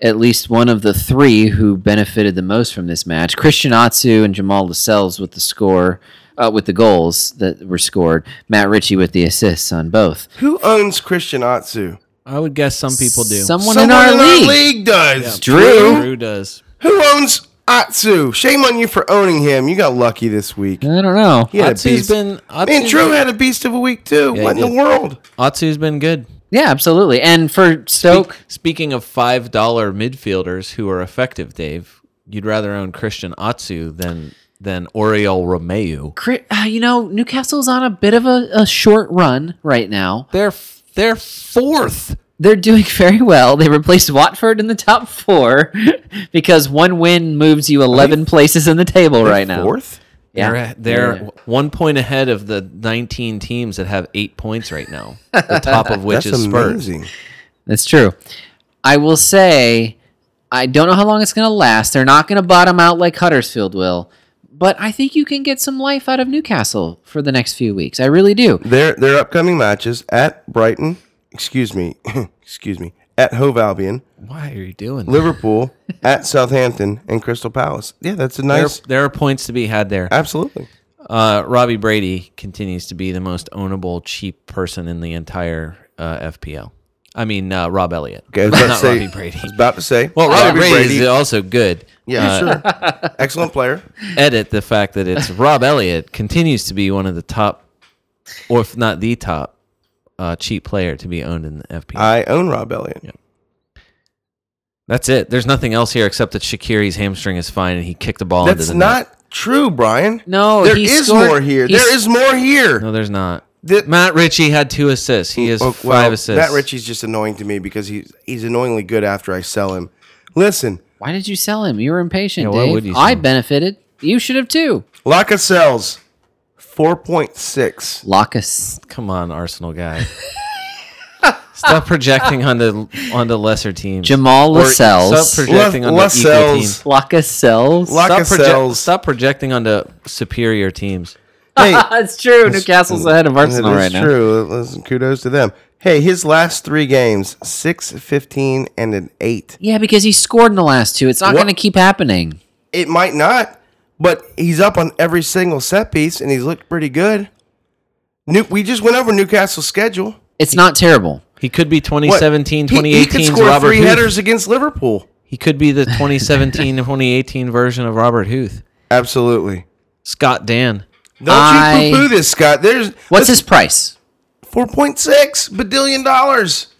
Speaker 3: at least one of the three who benefited the most from this match. Christian Atsu and Jamal Lascelles with the score, uh, with the goals that were scored. Matt Ritchie with the assists on both.
Speaker 2: Who owns Christian Atsu?
Speaker 4: I would guess some people do.
Speaker 3: Someone, in our league.
Speaker 2: does.
Speaker 3: Drew.
Speaker 4: Drew does.
Speaker 2: Who owns Atsu? Shame on you for owning him. You got lucky this week.
Speaker 3: I don't know.
Speaker 2: He had a
Speaker 4: Atsu's
Speaker 2: beast.
Speaker 4: been.
Speaker 2: Man,
Speaker 4: Atsu's,
Speaker 2: Drew had a beast of a week too.
Speaker 4: Yeah,
Speaker 2: what
Speaker 4: he
Speaker 2: in the world?
Speaker 4: Atsu's been good.
Speaker 3: Yeah, absolutely. And for Stoke,
Speaker 4: Speaking of five dollar midfielders who are effective, Dave, you'd rather own Christian Atsu than than Oriol Romeu.
Speaker 3: Cri- uh, you know, Newcastle's on a bit of a, a short run right now.
Speaker 4: They're f- they're fourth.
Speaker 3: they're doing very well. They replaced Watford in the top four because one win moves you 11 places in the table right now.
Speaker 2: Fourth.
Speaker 3: Yeah.
Speaker 4: They're, at- they're
Speaker 3: Yeah.
Speaker 4: one point ahead of the 19 teams that have eight points right now. The top of which
Speaker 2: That's
Speaker 4: is Spurs.
Speaker 2: amazing.
Speaker 3: That's true. I will say, I don't know how long it's going to last. They're not going to bottom out like Huddersfield will, but I think you can get some life out of Newcastle for the next few weeks. I really do.
Speaker 2: Their their upcoming matches at Brighton. Excuse me. excuse me. At Hove Albion,
Speaker 4: Why are you doing that?
Speaker 2: Liverpool, at Southampton, and Crystal Palace. Yeah, that's a
Speaker 4: There,
Speaker 2: nice.
Speaker 4: there are points to be had there.
Speaker 2: Absolutely.
Speaker 4: Uh, Robbie Brady continues to be the most ownable, cheap person in the entire uh, FPL. I mean, uh, Rob Elliott.
Speaker 2: Okay, I was about
Speaker 4: not
Speaker 2: to say,
Speaker 4: Robbie Brady.
Speaker 2: I was about to say.
Speaker 4: Well, Robbie Brady, is also good.
Speaker 2: Yeah, sure. Excellent player.
Speaker 4: Edit the fact that it's Rob Elliott continues to be one of the top, or if not the top, uh, cheap player to be owned in the FPL.
Speaker 2: I own Rob Elliott.
Speaker 4: That's it. There's nothing else here except that Shakiri's hamstring is fine and he kicked the ball into
Speaker 2: That's
Speaker 4: the net.
Speaker 2: not true, Brian.
Speaker 3: No,
Speaker 2: there
Speaker 3: he
Speaker 2: is
Speaker 3: scored-
Speaker 2: more here.
Speaker 3: he
Speaker 2: There
Speaker 3: s-
Speaker 2: is more here.
Speaker 4: No, there's not.
Speaker 2: Th-
Speaker 4: Matt Ritchie had two assists. He has
Speaker 2: Oh,
Speaker 4: five
Speaker 2: well,
Speaker 4: assists.
Speaker 2: Matt Ritchie's just annoying to me because he's he's annoyingly good after I sell him. Listen,
Speaker 3: Why did you sell him? You were impatient,
Speaker 4: Yeah, why
Speaker 3: Dave.
Speaker 4: would you sell
Speaker 3: I
Speaker 4: him?
Speaker 3: benefited. You should have too.
Speaker 2: Laka sells four point six.
Speaker 3: Lacus.
Speaker 4: Come on, Arsenal guy. Stop projecting onto onto lesser teams.
Speaker 3: Jamal
Speaker 4: Or
Speaker 3: Lascelles.
Speaker 4: Stop projecting E onto equal
Speaker 2: Lascelles.
Speaker 4: teams.
Speaker 3: Lacus
Speaker 2: Lac-
Speaker 4: Stop,
Speaker 2: Lacazelles.
Speaker 4: stop projecting onto superior teams.
Speaker 2: Hey,
Speaker 3: That's true. Newcastle's ahead of Arsenal
Speaker 2: It
Speaker 3: right
Speaker 2: is
Speaker 3: now.
Speaker 2: true. Listen, kudos to them. Hey, his last three games: six, 15, and an eight.
Speaker 3: Yeah, because he scored in the last two. It's not
Speaker 2: What-
Speaker 3: going to keep happening.
Speaker 2: It might not, but he's up on every single set piece, and he's looked pretty good. New, we just went over Newcastle's schedule.
Speaker 3: It's not terrible.
Speaker 4: He could be 2017,
Speaker 2: What? He- he could
Speaker 4: 2018's
Speaker 2: score
Speaker 4: Robert
Speaker 2: three
Speaker 4: Huth.
Speaker 2: headers against Liverpool.
Speaker 4: He could be the 2017, 2018 version of Robert Huth.
Speaker 2: Absolutely.
Speaker 4: Scott Dan.
Speaker 2: Don't
Speaker 3: I-
Speaker 2: you poo-poo this, Scott. There's
Speaker 3: What's his price?
Speaker 2: four point six billion dollars.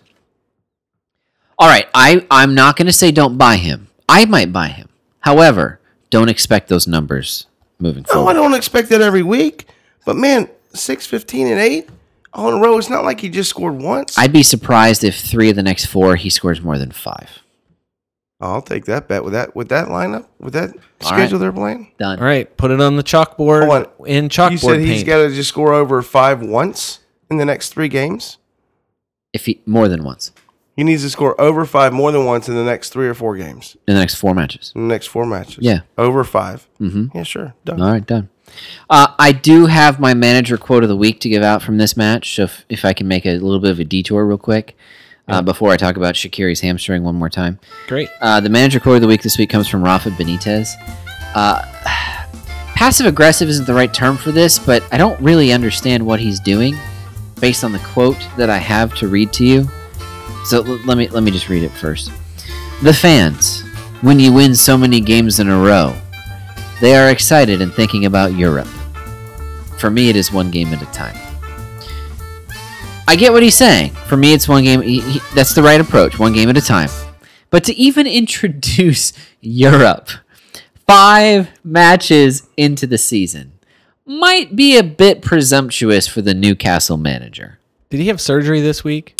Speaker 3: All right, I I'm not going to say don't buy him. I might buy him. However, don't expect those numbers moving
Speaker 2: No, I
Speaker 3: forward.
Speaker 2: don't expect that every week. But man, six, fifteen, and eight all in a row. It's not like he just scored once.
Speaker 3: I'd be surprised if three of the next four he scores more than five.
Speaker 2: I'll take that bet with that with that lineup with that
Speaker 3: All
Speaker 2: schedule
Speaker 3: right.
Speaker 2: they're playing.
Speaker 3: Done.
Speaker 4: All right, put it on the chalkboard
Speaker 2: Hold on.
Speaker 4: in
Speaker 2: you
Speaker 4: chalkboard
Speaker 2: said
Speaker 4: paint.
Speaker 2: he's got to just score over five once in the next three games.
Speaker 3: If he more than once
Speaker 2: He needs to score over five more than once in the next three or four games
Speaker 3: in the next four matches.
Speaker 2: in the next four matches.
Speaker 3: Yeah.
Speaker 2: over 5 Mm-hmm. Yeah, sure. Done.
Speaker 3: All right, done. Uh, I do have my manager quote of the week to give out from this match. So if, if I can make a little bit of a detour real quick uh, before I talk about Shakiri's hamstring one more time.
Speaker 4: Great.
Speaker 3: Uh, the manager quote of the week this week comes from Rafa Benitez. Uh, passive aggressive isn't the right term for this, but I don't really understand what he's doing based on the quote that I have to read to you. So l- let me let me just read it first. The fans, when you win so many games in a row, they are excited and thinking about Europe. For me, it is one game at a time. I get what he's saying. For me, it's one game. He, he, that's the right approach, one game at a time. But to even introduce Europe five matches into the season might be a bit presumptuous for the Newcastle manager.
Speaker 4: Did he have surgery this week?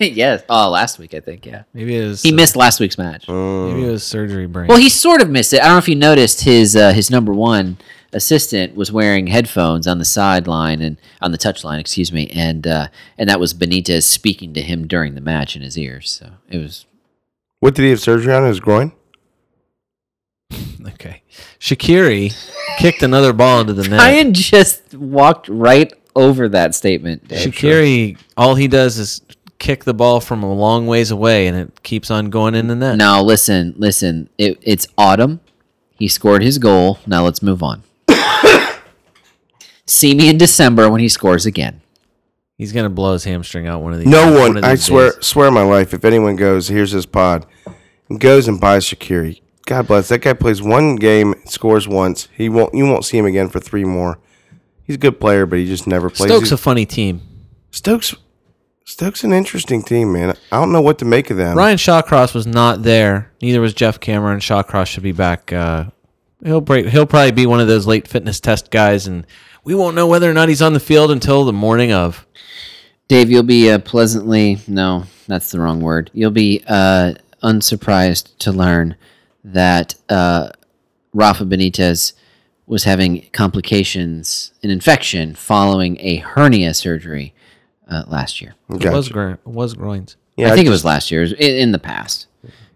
Speaker 3: yes. Oh, last week, I think, yeah.
Speaker 4: Maybe it was
Speaker 3: He missed last week's match.
Speaker 4: maybe it was surgery brain.
Speaker 3: Well, he sort of missed it. I don't know if you noticed his uh, his number one assistant was wearing headphones on the sideline and on the touchline, excuse me, and uh, and that was Benitez speaking to him during the match in his ears. So it was
Speaker 2: What did he have surgery on? His groin.
Speaker 4: okay. Shakiri kicked another ball into the net.
Speaker 3: Ryan just walked right over that statement. Dave.
Speaker 4: Shakiri, all he does is kick the ball from a long ways away, and it keeps on going in the net.
Speaker 3: No, listen, listen. It, it's autumn. He scored his goal. Now let's move on. See me in December when he scores again.
Speaker 4: He's gonna blow his hamstring out one of these.
Speaker 2: No
Speaker 4: of
Speaker 2: one,
Speaker 4: these
Speaker 2: I swear,
Speaker 4: days.
Speaker 2: swear my life, if anyone goes, here's his pod, and goes and buys Shakiri. God bless that guy. Plays one game, scores once. He won't. You won't see him again for three more. He's a good player, but he just never plays.
Speaker 4: Stoke's a
Speaker 2: He's-
Speaker 4: funny team.
Speaker 2: Stokes, Stokes, an interesting team, man. I don't know what to make of them.
Speaker 4: Ryan Shawcross was not there. Neither was Jeff Cameron. Shawcross should be back. Uh, he'll break, he'll probably be one of those late fitness test guys, and we won't know whether or not he's on the field until the morning of.
Speaker 3: Dave, you'll be uh, pleasantly no, that's the wrong word. You'll be uh, unsurprised to learn that uh, Rafa Benitez was having complications, an infection following a hernia surgery uh, last year.
Speaker 2: Gotcha.
Speaker 4: Was gro- was groins.
Speaker 2: yeah,
Speaker 3: I think it was last year. It was i- in the past.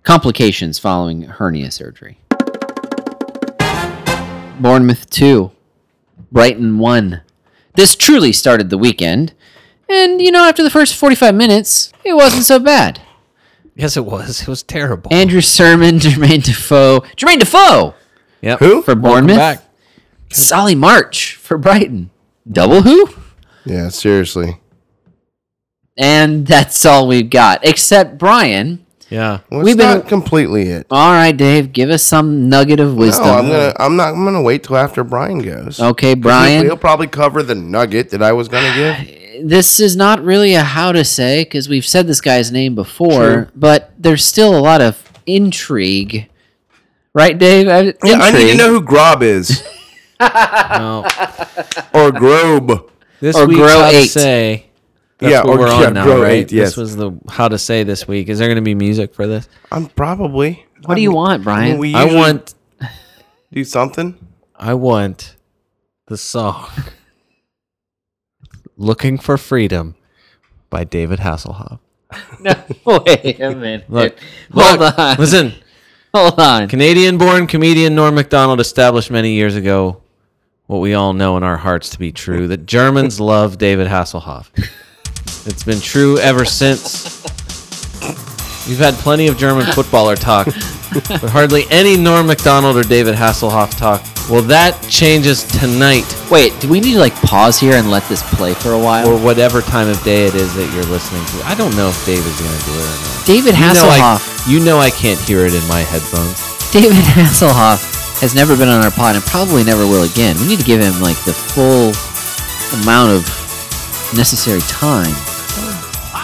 Speaker 3: Complications following hernia surgery. Bournemouth 2, Brighton 1. This truly started the weekend. And, you know, after the first 45 minutes, it wasn't so bad.
Speaker 4: Yes, it was. It was terrible.
Speaker 3: Andrew Sermon, Jermaine Defoe. Jermaine Defoe
Speaker 4: Yep.
Speaker 2: who?
Speaker 3: for
Speaker 4: Welcome
Speaker 3: Bournemouth.
Speaker 4: back.
Speaker 3: Solly March for Brighton. Double who?
Speaker 2: yeah, seriously.
Speaker 3: And that's all we've got. Except Brian.
Speaker 4: Yeah.
Speaker 2: Well,
Speaker 3: We've
Speaker 2: We've
Speaker 3: been-
Speaker 2: not completely it.
Speaker 3: All right, Dave, give us some nugget of
Speaker 2: No,
Speaker 3: wisdom.
Speaker 2: I'm gonna. I'm not. I'm gonna wait till after Brian goes.
Speaker 3: Okay,
Speaker 2: He-
Speaker 3: Brian.
Speaker 2: He'll probably cover the nugget that I was gonna give.
Speaker 3: this is not really a how to say because we've said this guy's name before, but there's still a lot of intrigue, right, Dave? I,
Speaker 2: I need to
Speaker 3: intrigue.
Speaker 2: know who Grob is
Speaker 4: No.
Speaker 2: or Grobe.
Speaker 4: This
Speaker 3: Or
Speaker 4: week's
Speaker 3: grow
Speaker 4: how
Speaker 3: eight.
Speaker 4: to say. That's
Speaker 2: Yeah,
Speaker 4: what
Speaker 2: or-
Speaker 4: we're on
Speaker 2: yeah,
Speaker 4: now,
Speaker 2: grow
Speaker 4: right?
Speaker 2: eight, yes.
Speaker 4: This was the how to say this week. Is there going to be music for this?
Speaker 2: I'm probably.
Speaker 3: What do you want, Brian?
Speaker 2: We
Speaker 4: I
Speaker 2: usually
Speaker 4: want,
Speaker 2: do something.
Speaker 4: I want the song "Looking for Freedom" by David Hasselhoff.
Speaker 3: Wait a minute.
Speaker 4: Look,
Speaker 3: hold
Speaker 4: look,
Speaker 3: on.
Speaker 4: listen.
Speaker 3: Hold on.
Speaker 4: Canadian-born comedian Norm Macdonald established many years ago what we all know in our hearts to be true: that Germans love David Hasselhoff. It's been true ever since. We've had plenty of German footballer talk, but hardly any Norm McDonald or David Hasselhoff talk. Well, that changes tonight
Speaker 3: Wait, do we need to like pause here and let this play for a while?
Speaker 4: or whatever time of day it is that you're listening to. I don't know if Dave is going to do it or not.
Speaker 3: David
Speaker 4: You know, I,
Speaker 3: Hasselhoff.
Speaker 4: you know I can't hear it in my headphones.
Speaker 3: David Hasselhoff has never been on our pod and probably never will again. We need to give him like the full amount of necessary time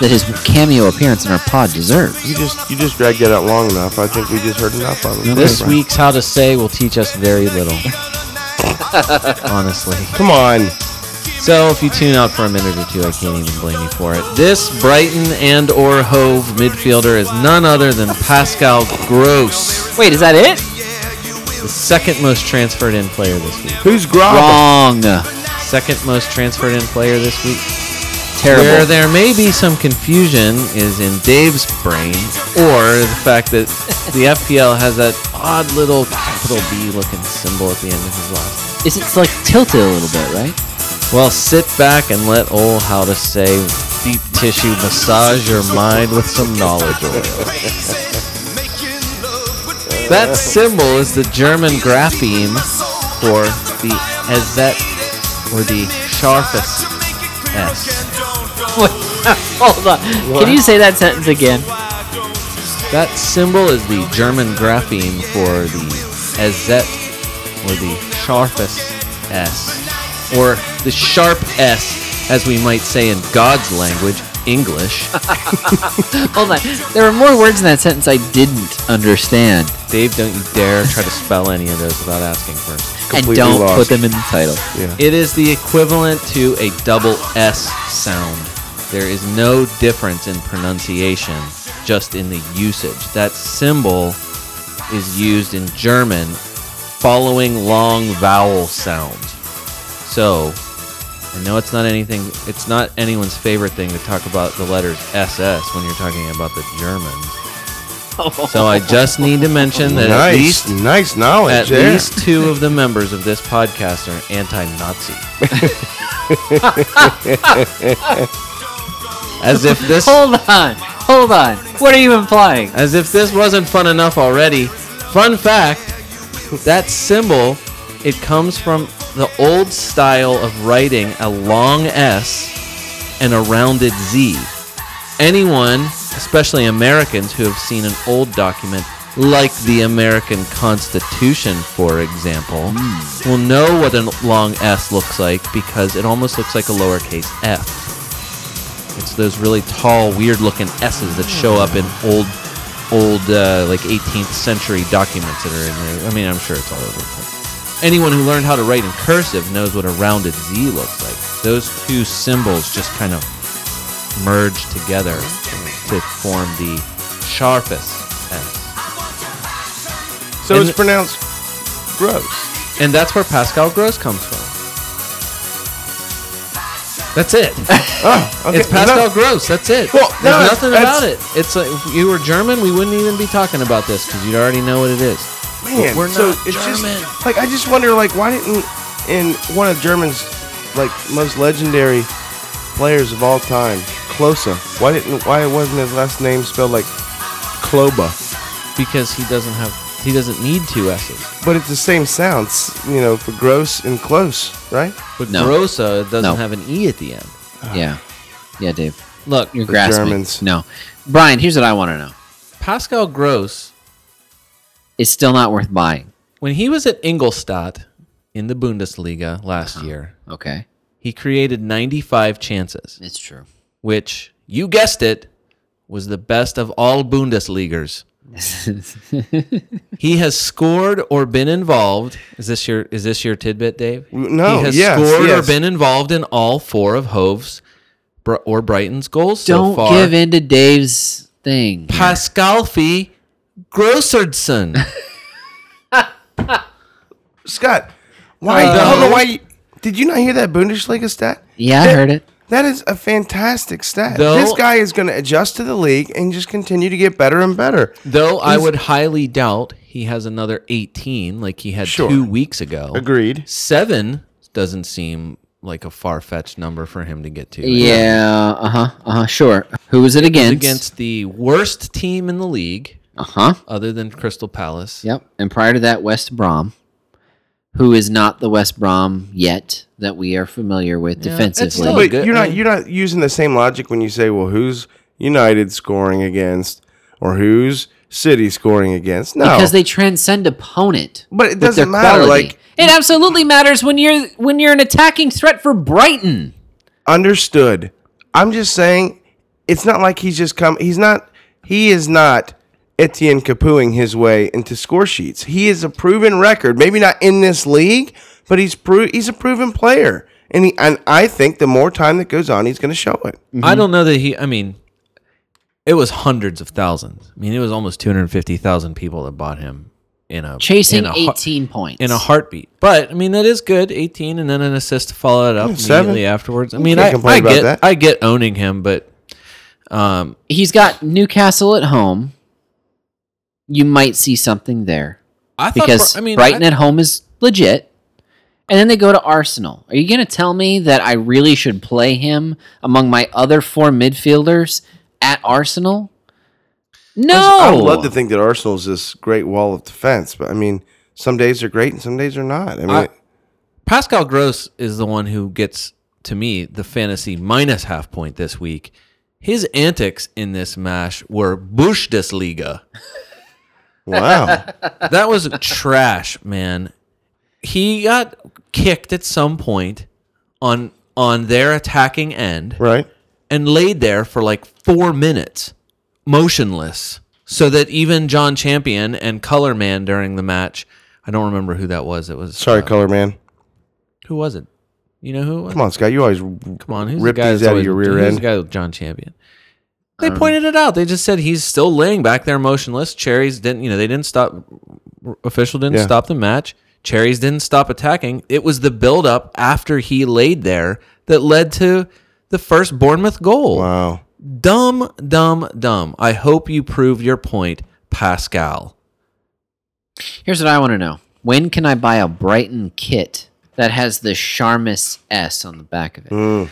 Speaker 3: that his cameo appearance in our pod deserves.
Speaker 2: You just you just dragged that out long enough. I think we just heard enough of it.
Speaker 4: This week's How to Say will teach us very little. Honestly.
Speaker 2: Come on.
Speaker 4: So if you tune out for a minute or two, I can't even blame you for it. This Brighton and or Hove midfielder is none other than Pascal Gross,
Speaker 3: Wait, is that it?
Speaker 4: the second most transferred in player this week.
Speaker 2: Who's Grob?
Speaker 3: Wrong.
Speaker 4: Second most transferred in player this week.
Speaker 3: Terrible.
Speaker 4: Where there may be some confusion is in Dave's brain, or the fact that the FPL has that odd little capital B looking symbol at the end of his last name.
Speaker 3: Is it like tilted a little bit, right?
Speaker 4: Well, sit back and let old how to say deep tissue massage your mind with some knowledge oil. That symbol is the German grapheme for the Ezet or the Scharfes S.
Speaker 5: Hold on. Can you say that sentence again?
Speaker 4: That symbol is the German grapheme for the Ezet or the Scharfes S or the sharp S as we might say in God's language, English.
Speaker 3: Hold on. There were more words in that sentence I didn't understand.
Speaker 4: Dave, don't you dare try to spell any of those without asking first.
Speaker 2: Completely
Speaker 3: and don't
Speaker 2: lost.
Speaker 3: put them in the title.
Speaker 4: It is the equivalent to a double S sound. There is no difference in pronunciation, just in the usage. That symbol is used in German following long vowel sounds. So, I know it's not anything, it's not anyone's favorite thing to talk about the letters SS when you're talking about the Germans. So, I just need to mention that at least
Speaker 2: Nice, nice knowledge
Speaker 4: at
Speaker 2: there.
Speaker 4: least two of the members of this podcast are anti-Nazi. as if this
Speaker 5: Hold on. Hold on. What are you implying?
Speaker 3: Uh,
Speaker 4: as if this wasn't fun enough already. Fun fact, that symbol it comes from the old style of writing a long S and a rounded Z. Anyone, especially Americans who have seen an old document like the American Constitution, for example, will know what a long S looks like because it almost looks like a lowercase f. It's those really tall, weird-looking S's that show up in old, old uh, like 18th century documents that are in there. I mean, I'm sure it's all over. the place. Anyone who learned how to write in cursive knows what a rounded Z looks like. Those two symbols just kind of merge together to form the sharpest S.
Speaker 2: so it's
Speaker 4: and-
Speaker 2: pronounced Oh, gross.
Speaker 4: And that's where Pascal Gross comes from. That's it.
Speaker 2: Okay,
Speaker 4: it's Pascal
Speaker 2: enough.
Speaker 4: Gross. That's it.
Speaker 2: Well, no,
Speaker 4: There's
Speaker 2: it's-
Speaker 4: nothing about it. It's like if you were German, we wouldn't even be talking about this because you'd already know what it is.
Speaker 2: Man,
Speaker 4: We're
Speaker 2: so
Speaker 4: not
Speaker 2: it's
Speaker 4: German.
Speaker 2: just like I just wonder like why didn't in one of German's like most legendary players of all time, Klose, why didn't why wasn't his last name spelled like Kloba?
Speaker 4: Because he doesn't have, he doesn't need two S's.
Speaker 2: But it's the same sounds, you know, for gross and close, right?
Speaker 4: But
Speaker 3: No.
Speaker 4: Grossa doesn't
Speaker 3: No.
Speaker 4: have an E at the end.
Speaker 3: Yeah. Yeah, Dave.
Speaker 4: Look,
Speaker 3: You're grasping.
Speaker 2: Germans.
Speaker 3: No. Brian, here's what I want to know.
Speaker 4: Pascal Gross,
Speaker 3: It's still not worth buying.
Speaker 4: when he was at Ingolstadt in the Bundesliga last
Speaker 3: Uh-huh.
Speaker 4: year,
Speaker 3: Okay.
Speaker 4: he created 95 chances,
Speaker 3: It's true.
Speaker 4: which, you guessed it, was the best of all Bundesligers. He has scored or been involved. Is this your is this your tidbit, Dave?
Speaker 2: No,
Speaker 4: He has
Speaker 2: yes,
Speaker 4: scored
Speaker 2: yes.
Speaker 4: or been involved in all four of Hove's Br- or Brighton's goals so
Speaker 3: Don't
Speaker 4: far.
Speaker 3: give in to Dave's thing.
Speaker 4: Pascal Fee Grossardson.
Speaker 2: Scott, why I don't know why you, did you not hear that Bundesliga stat?
Speaker 3: yeah, I
Speaker 2: That-
Speaker 3: heard it.
Speaker 2: That is a fantastic stat.
Speaker 4: Though-
Speaker 2: this guy is going to adjust to the league and just continue to get better and better.
Speaker 4: Though I would highly doubt he has another 18 like he had
Speaker 2: Sure.
Speaker 4: two weeks ago.
Speaker 2: Agreed.
Speaker 4: Seven doesn't seem like a far fetched number for him to get to.
Speaker 3: Yeah. Uh huh. Uh huh. Sure. Who was it against?
Speaker 4: Against the worst team in the league,
Speaker 3: Uh huh.
Speaker 4: other than Crystal Palace.
Speaker 3: Yep. And prior to that, West Brom, who is not the West Brom yet that we are familiar with
Speaker 4: it's
Speaker 3: defensively.
Speaker 4: still
Speaker 2: But
Speaker 4: good-
Speaker 2: you're
Speaker 4: I
Speaker 2: not
Speaker 4: mean-
Speaker 2: you're not using the same logic when you say, well, who's United scoring against or who's City scoring against? No,
Speaker 3: because they transcend opponent.
Speaker 2: But it
Speaker 3: with their
Speaker 2: doesn't matter,
Speaker 3: quality.
Speaker 2: like-
Speaker 3: it absolutely matters when you're when you're an attacking threat for Brighton.
Speaker 2: understood. I'm just saying, it's not like he's just come. He's not. He is not Etienne Capoeing his way into score sheets. He is a proven record. Maybe not in this league, but he's pro- he's a proven player. And he and I think the more time that goes on, he's going to show it.
Speaker 4: I don't know that he. I mean, it was hundreds of thousands. I mean, it was almost two hundred fifty thousand people that bought him in a
Speaker 3: Chasing
Speaker 4: in a har-
Speaker 3: 18 points.
Speaker 4: in a heartbeat. But I mean, that is good. Eighteen, and then an assist to follow it up
Speaker 2: seven.
Speaker 4: immediately afterwards. I mean,
Speaker 2: can't
Speaker 4: I,
Speaker 2: complain
Speaker 4: I
Speaker 2: about
Speaker 4: get
Speaker 2: that.
Speaker 4: I get owning him, but
Speaker 3: He's got Newcastle at home. You might see something there
Speaker 4: I thought
Speaker 3: because
Speaker 4: I mean,
Speaker 3: Brighton at home is legit. And then they go to Arsenal. Are you going to tell me that I really should play him among my other four midfielders at Arsenal? No.
Speaker 2: I would love to think that Arsenal's this great wall of defense, but I mean, some days are great and some days are not. I mean,
Speaker 4: I- Pascal Gross is the one who gets to me the fantasy minus half point this week. His antics in this mash were Bundesliga.
Speaker 2: wow.
Speaker 4: That was trash, man. He got kicked at some point on on their attacking end
Speaker 2: right?
Speaker 4: and laid there for like 4 minutes motionless so that even John Champion and Color Man during the match, I don't remember who that was. It was
Speaker 2: Sorry,
Speaker 4: uh,
Speaker 2: color man.
Speaker 4: who was it? You know who it was?
Speaker 2: Come on, Scott. You always
Speaker 4: Come on, who's
Speaker 2: rip
Speaker 4: the guy
Speaker 2: these
Speaker 4: that's
Speaker 2: out of
Speaker 4: always-
Speaker 2: your rear
Speaker 4: who's
Speaker 2: end. Um,
Speaker 4: The guy with John Champion. They pointed it out. They just said he's still laying back there motionless. Cherries didn't, you know, they didn't stop. Official didn't
Speaker 2: Yeah.
Speaker 4: stop the match. Cherries didn't stop attacking. It was the buildup after he laid there that led to the first Bournemouth goal.
Speaker 2: Wow.
Speaker 4: Dumb, dumb, dumb. I hope you prove your point, Pascal.
Speaker 3: Here's what I want to know. When can I buy a Brighton kit that has the Charmis S on the back of it?
Speaker 2: Mm.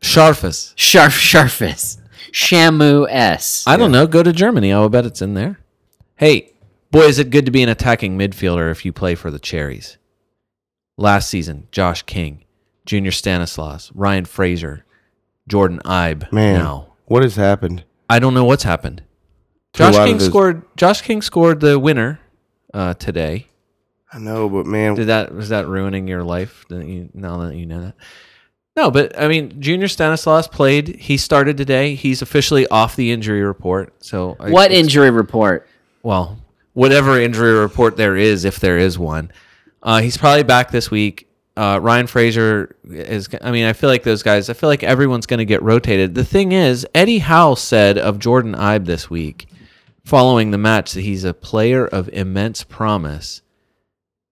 Speaker 4: Sharfus.
Speaker 3: Sharp Sharfus. Shamu S.
Speaker 4: I don't know. Go to Germany. I will bet it's in there. Hey, boy, is it good to be an attacking midfielder if you play for the Cherries. Last season, Josh King, Junior Stanislaus, Ryan Fraser, Jordan Ibe.
Speaker 2: Man,
Speaker 4: now
Speaker 2: what has happened?
Speaker 4: I don't know what's happened.
Speaker 2: To a
Speaker 4: Josh
Speaker 2: lot of
Speaker 4: King
Speaker 2: those-
Speaker 4: scored. Josh King scored the winner uh, today.
Speaker 2: I know, but man,
Speaker 4: Did that was that ruining your life? Didn't you, now that you know that. No, but I mean, Junior Stanislaus played. He started today. He's officially off the injury report. So I-
Speaker 3: What
Speaker 4: it's-
Speaker 3: injury report?
Speaker 4: well, whatever injury report there is, if there is one. Uh, he's probably back this week. Uh, Ryan Fraser is. I mean, I feel like those guys. I feel like everyone's going to get rotated. The thing is, Eddie Howe said of Jordan Ibe this week, following the match, that he's a player of immense promise.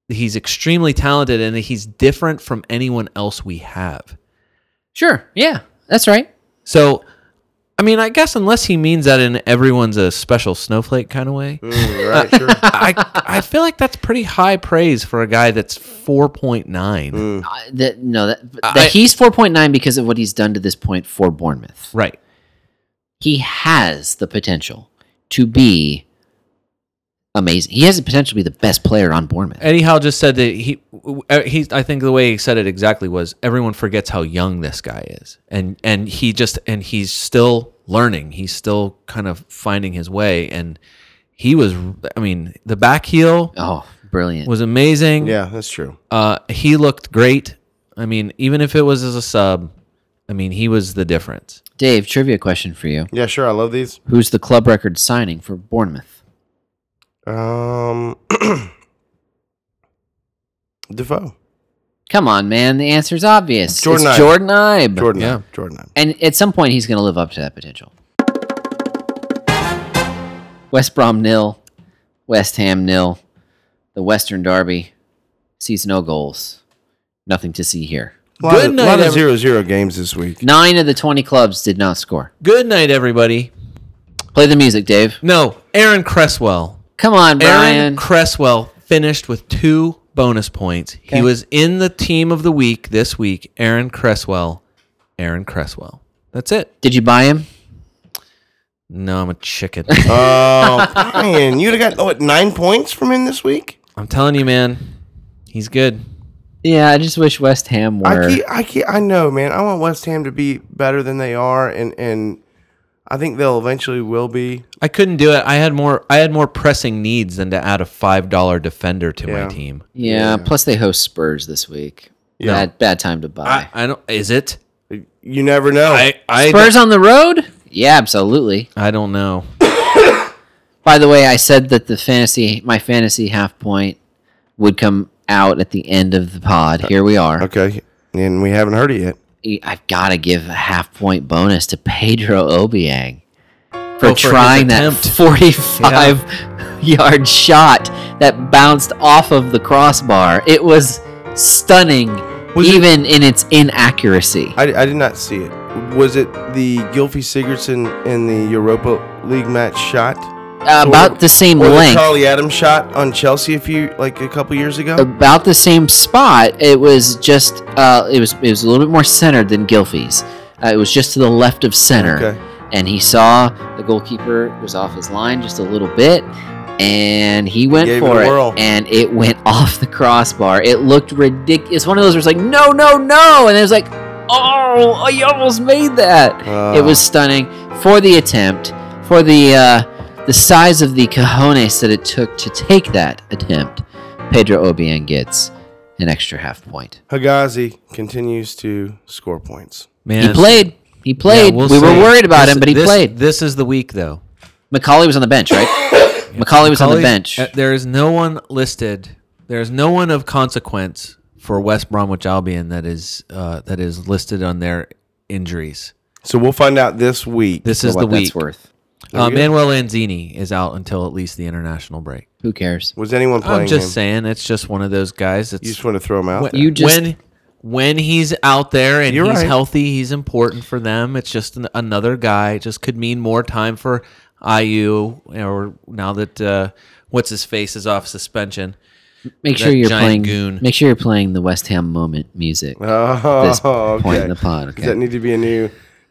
Speaker 4: He's extremely talented, and he's different from anyone else we have.
Speaker 3: Sure. Yeah. That's right.
Speaker 4: So, I mean, I guess unless he means that in everyone's a special snowflake kind of way,
Speaker 2: right, sure.
Speaker 4: I I feel like that's pretty high praise for a guy that's 4.9.
Speaker 2: Mm.
Speaker 3: I, that no that, that
Speaker 4: I-
Speaker 3: he's 4.9 because of what he's done to this point for Bournemouth.
Speaker 4: Right.
Speaker 3: He has the potential to be amazing. He has the potential to be the best player on Bournemouth.
Speaker 4: Eddie Howe just said that he uh, he I think the way he said it exactly was everyone forgets how young this guy is. And and he just and he's still learning. He's still kind of finding his way and he was I mean, the back heel
Speaker 3: Oh, brilliant.
Speaker 4: was amazing.
Speaker 2: yeah, that's true.
Speaker 4: Uh, he looked great. I mean, even if it was as a sub, I mean, he was the difference.
Speaker 3: Dave, trivia question for you.
Speaker 2: Yeah, sure. I love these.
Speaker 3: Who's the club record signing for Bournemouth?
Speaker 2: Um, Defoe,
Speaker 3: Come on, man. The answer's obvious.
Speaker 2: Jordan
Speaker 3: it's
Speaker 2: Ibe.
Speaker 3: Jordan Ibe.
Speaker 2: Jordan,
Speaker 4: Yeah.
Speaker 2: yeah, Jordan. Ibe.
Speaker 3: And at some point, he's going to live up to that potential. West Brom nil, West Ham nil. The Western Derby sees no goals. Nothing to see here.
Speaker 2: A lot,
Speaker 4: Good
Speaker 2: of,
Speaker 4: night,
Speaker 2: lot of
Speaker 4: every-
Speaker 2: zero zero games this week.
Speaker 3: Nine of the 20 clubs did not score.
Speaker 4: Good night everybody.
Speaker 3: Play the music, Dave.
Speaker 4: No, Aaron Cresswell.
Speaker 3: Come on,
Speaker 4: Aaron
Speaker 3: Brian.
Speaker 4: Cresswell finished with two bonus points. He was in the team of the week this week. Aaron Cresswell. Aaron Cresswell. That's it.
Speaker 3: Did you buy him?
Speaker 4: No, I'm a chicken.
Speaker 2: Oh, man, you'd have got what nine points from him this week.
Speaker 4: I'm telling you, man. He's good.
Speaker 3: Yeah, I just wish West Ham were.
Speaker 2: I keep, I keep, I know, man. I want West Ham to be better than they are, and and I think they'll eventually will be.
Speaker 4: I couldn't do it. I had more I had more pressing needs than to add a five dollar defender to
Speaker 2: Yeah.
Speaker 4: my team.
Speaker 3: yeah, plus they host Spurs this week.
Speaker 2: Yeah.
Speaker 3: Bad, bad time to buy.
Speaker 4: I, I don't is it?
Speaker 2: You never know.
Speaker 4: I I,
Speaker 3: Spurs on the road? Yeah, absolutely.
Speaker 4: I don't know.
Speaker 3: By the way, I said that the fantasy, my fantasy half point would come out at the end of the pod. Here we are.
Speaker 2: okay, and we haven't heard it yet.
Speaker 3: I've got to give a half point bonus to Pedro Obiang for
Speaker 4: Oh, for his
Speaker 3: trying that
Speaker 4: attempt.
Speaker 3: 45 yard shot that bounced off of the crossbar. It was stunning,
Speaker 2: Was it-
Speaker 3: even in its inaccuracy.
Speaker 2: I, I did not see it. Was it the Gylfi Sigurdsson in the Europa League match shot?
Speaker 3: Uh, about the same
Speaker 2: Or the
Speaker 3: length,
Speaker 2: Charlie Adams shot on Chelsea a few like a couple years ago?
Speaker 3: about the same spot. It was just, uh, it was it was a little bit more centered than Gilfie's. Uh, it was just to the left of center.
Speaker 2: Okay.
Speaker 3: and he saw the goalkeeper was off his line just a little bit and he went
Speaker 2: Gave it
Speaker 3: for
Speaker 2: a
Speaker 3: it,
Speaker 2: whirl.
Speaker 3: and it went off the crossbar it looked ridiculous it's one of those where it's like no no no and it was like oh i almost made that it
Speaker 2: Uh.
Speaker 3: was stunning for the attempt for the uh, the size of the cojones that it took to take that attempt pedro obian gets an extra half point
Speaker 2: Hagazi continues to score points.
Speaker 4: Man
Speaker 3: he played he played
Speaker 4: Yeah, we'll
Speaker 3: we
Speaker 4: see.
Speaker 3: were worried about
Speaker 4: This-
Speaker 3: him but he
Speaker 4: this-
Speaker 3: played
Speaker 4: This is the week though.
Speaker 3: Macaulay was on the bench, right? Macaulay was on the
Speaker 4: Colleagues,
Speaker 3: bench.
Speaker 4: uh, there is no one listed. There is no one of consequence for West Bromwich Albion that is uh, that is listed on their injuries.
Speaker 2: So we'll find out this week.
Speaker 4: This is
Speaker 3: For
Speaker 4: the
Speaker 3: what
Speaker 4: week.
Speaker 3: that's worth.
Speaker 4: Uh, Manuel Lanzini is out until at least the international break.
Speaker 3: Who cares?
Speaker 2: was anyone playing
Speaker 4: I'm just
Speaker 2: him?
Speaker 4: saying, it's just one of those guys.
Speaker 2: You
Speaker 4: It's
Speaker 2: just want to throw him out.
Speaker 4: when,
Speaker 2: there.
Speaker 3: You just-
Speaker 4: when when he's out there and he's
Speaker 2: You're right.
Speaker 4: healthy, he's important for them. It's just an, another guy. It just could mean more time for IU or now that uh, what's his face is off suspension.
Speaker 3: Make sure you're
Speaker 4: giant
Speaker 3: playing.
Speaker 4: goon.
Speaker 3: Make sure you're playing the West Ham moment music.
Speaker 2: Oh,
Speaker 3: this point
Speaker 2: okay.
Speaker 3: in the pod.
Speaker 2: Does that
Speaker 3: Okay.
Speaker 2: need to be a new?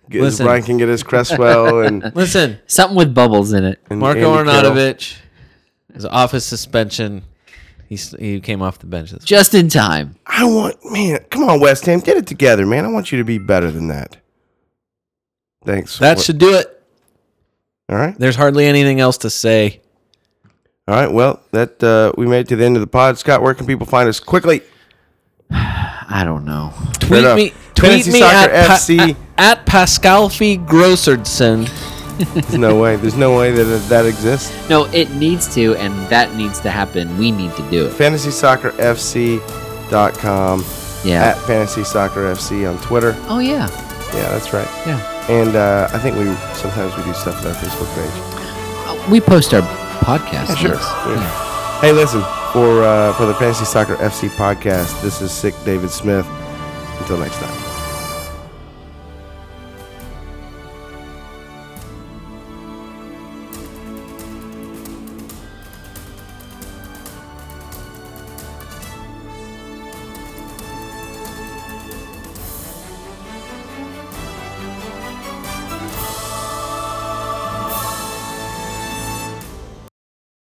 Speaker 2: get-
Speaker 4: Listen.
Speaker 2: Ryan can get his Cresswell and,
Speaker 4: Listen,
Speaker 3: Something with bubbles in it.
Speaker 2: and
Speaker 4: Marco
Speaker 2: Andy Carroll.
Speaker 4: Arnautovic is off his suspension. He's, he came off the bench. This
Speaker 3: Just in time.
Speaker 2: I want man. Come on, West Ham, get it together, man. I want you to be better than that. Thanks.
Speaker 4: that
Speaker 2: What-
Speaker 4: should do it.
Speaker 2: all right.
Speaker 4: There's hardly anything else to say.
Speaker 2: All right. Well, that uh, we made it to the end of the pod. Scott, where can people find us quickly?
Speaker 3: I don't know.
Speaker 4: Tweet
Speaker 2: enough.
Speaker 4: me, tweet
Speaker 2: Fantasy
Speaker 4: me
Speaker 2: Soccer
Speaker 4: at, Pa-
Speaker 2: FC.
Speaker 4: at, at Pascal Fee Grossardson.
Speaker 2: There's no way. There's no way that that exists.
Speaker 3: No, it needs to, and that needs to happen. We need to do it.
Speaker 2: FantasySoccerFC.com.
Speaker 3: Yeah.
Speaker 2: At FantasySoccerFC on Twitter.
Speaker 3: oh yeah.
Speaker 2: Yeah, that's right.
Speaker 3: Yeah.
Speaker 2: And uh, I think we sometimes we do stuff on our Facebook page.
Speaker 3: We post our podcast.
Speaker 2: Yeah, sure.
Speaker 3: links.
Speaker 2: Yeah. Hey, listen for uh, for the Fantasy Soccer FC podcast. This is Sick David Smith. Until next time.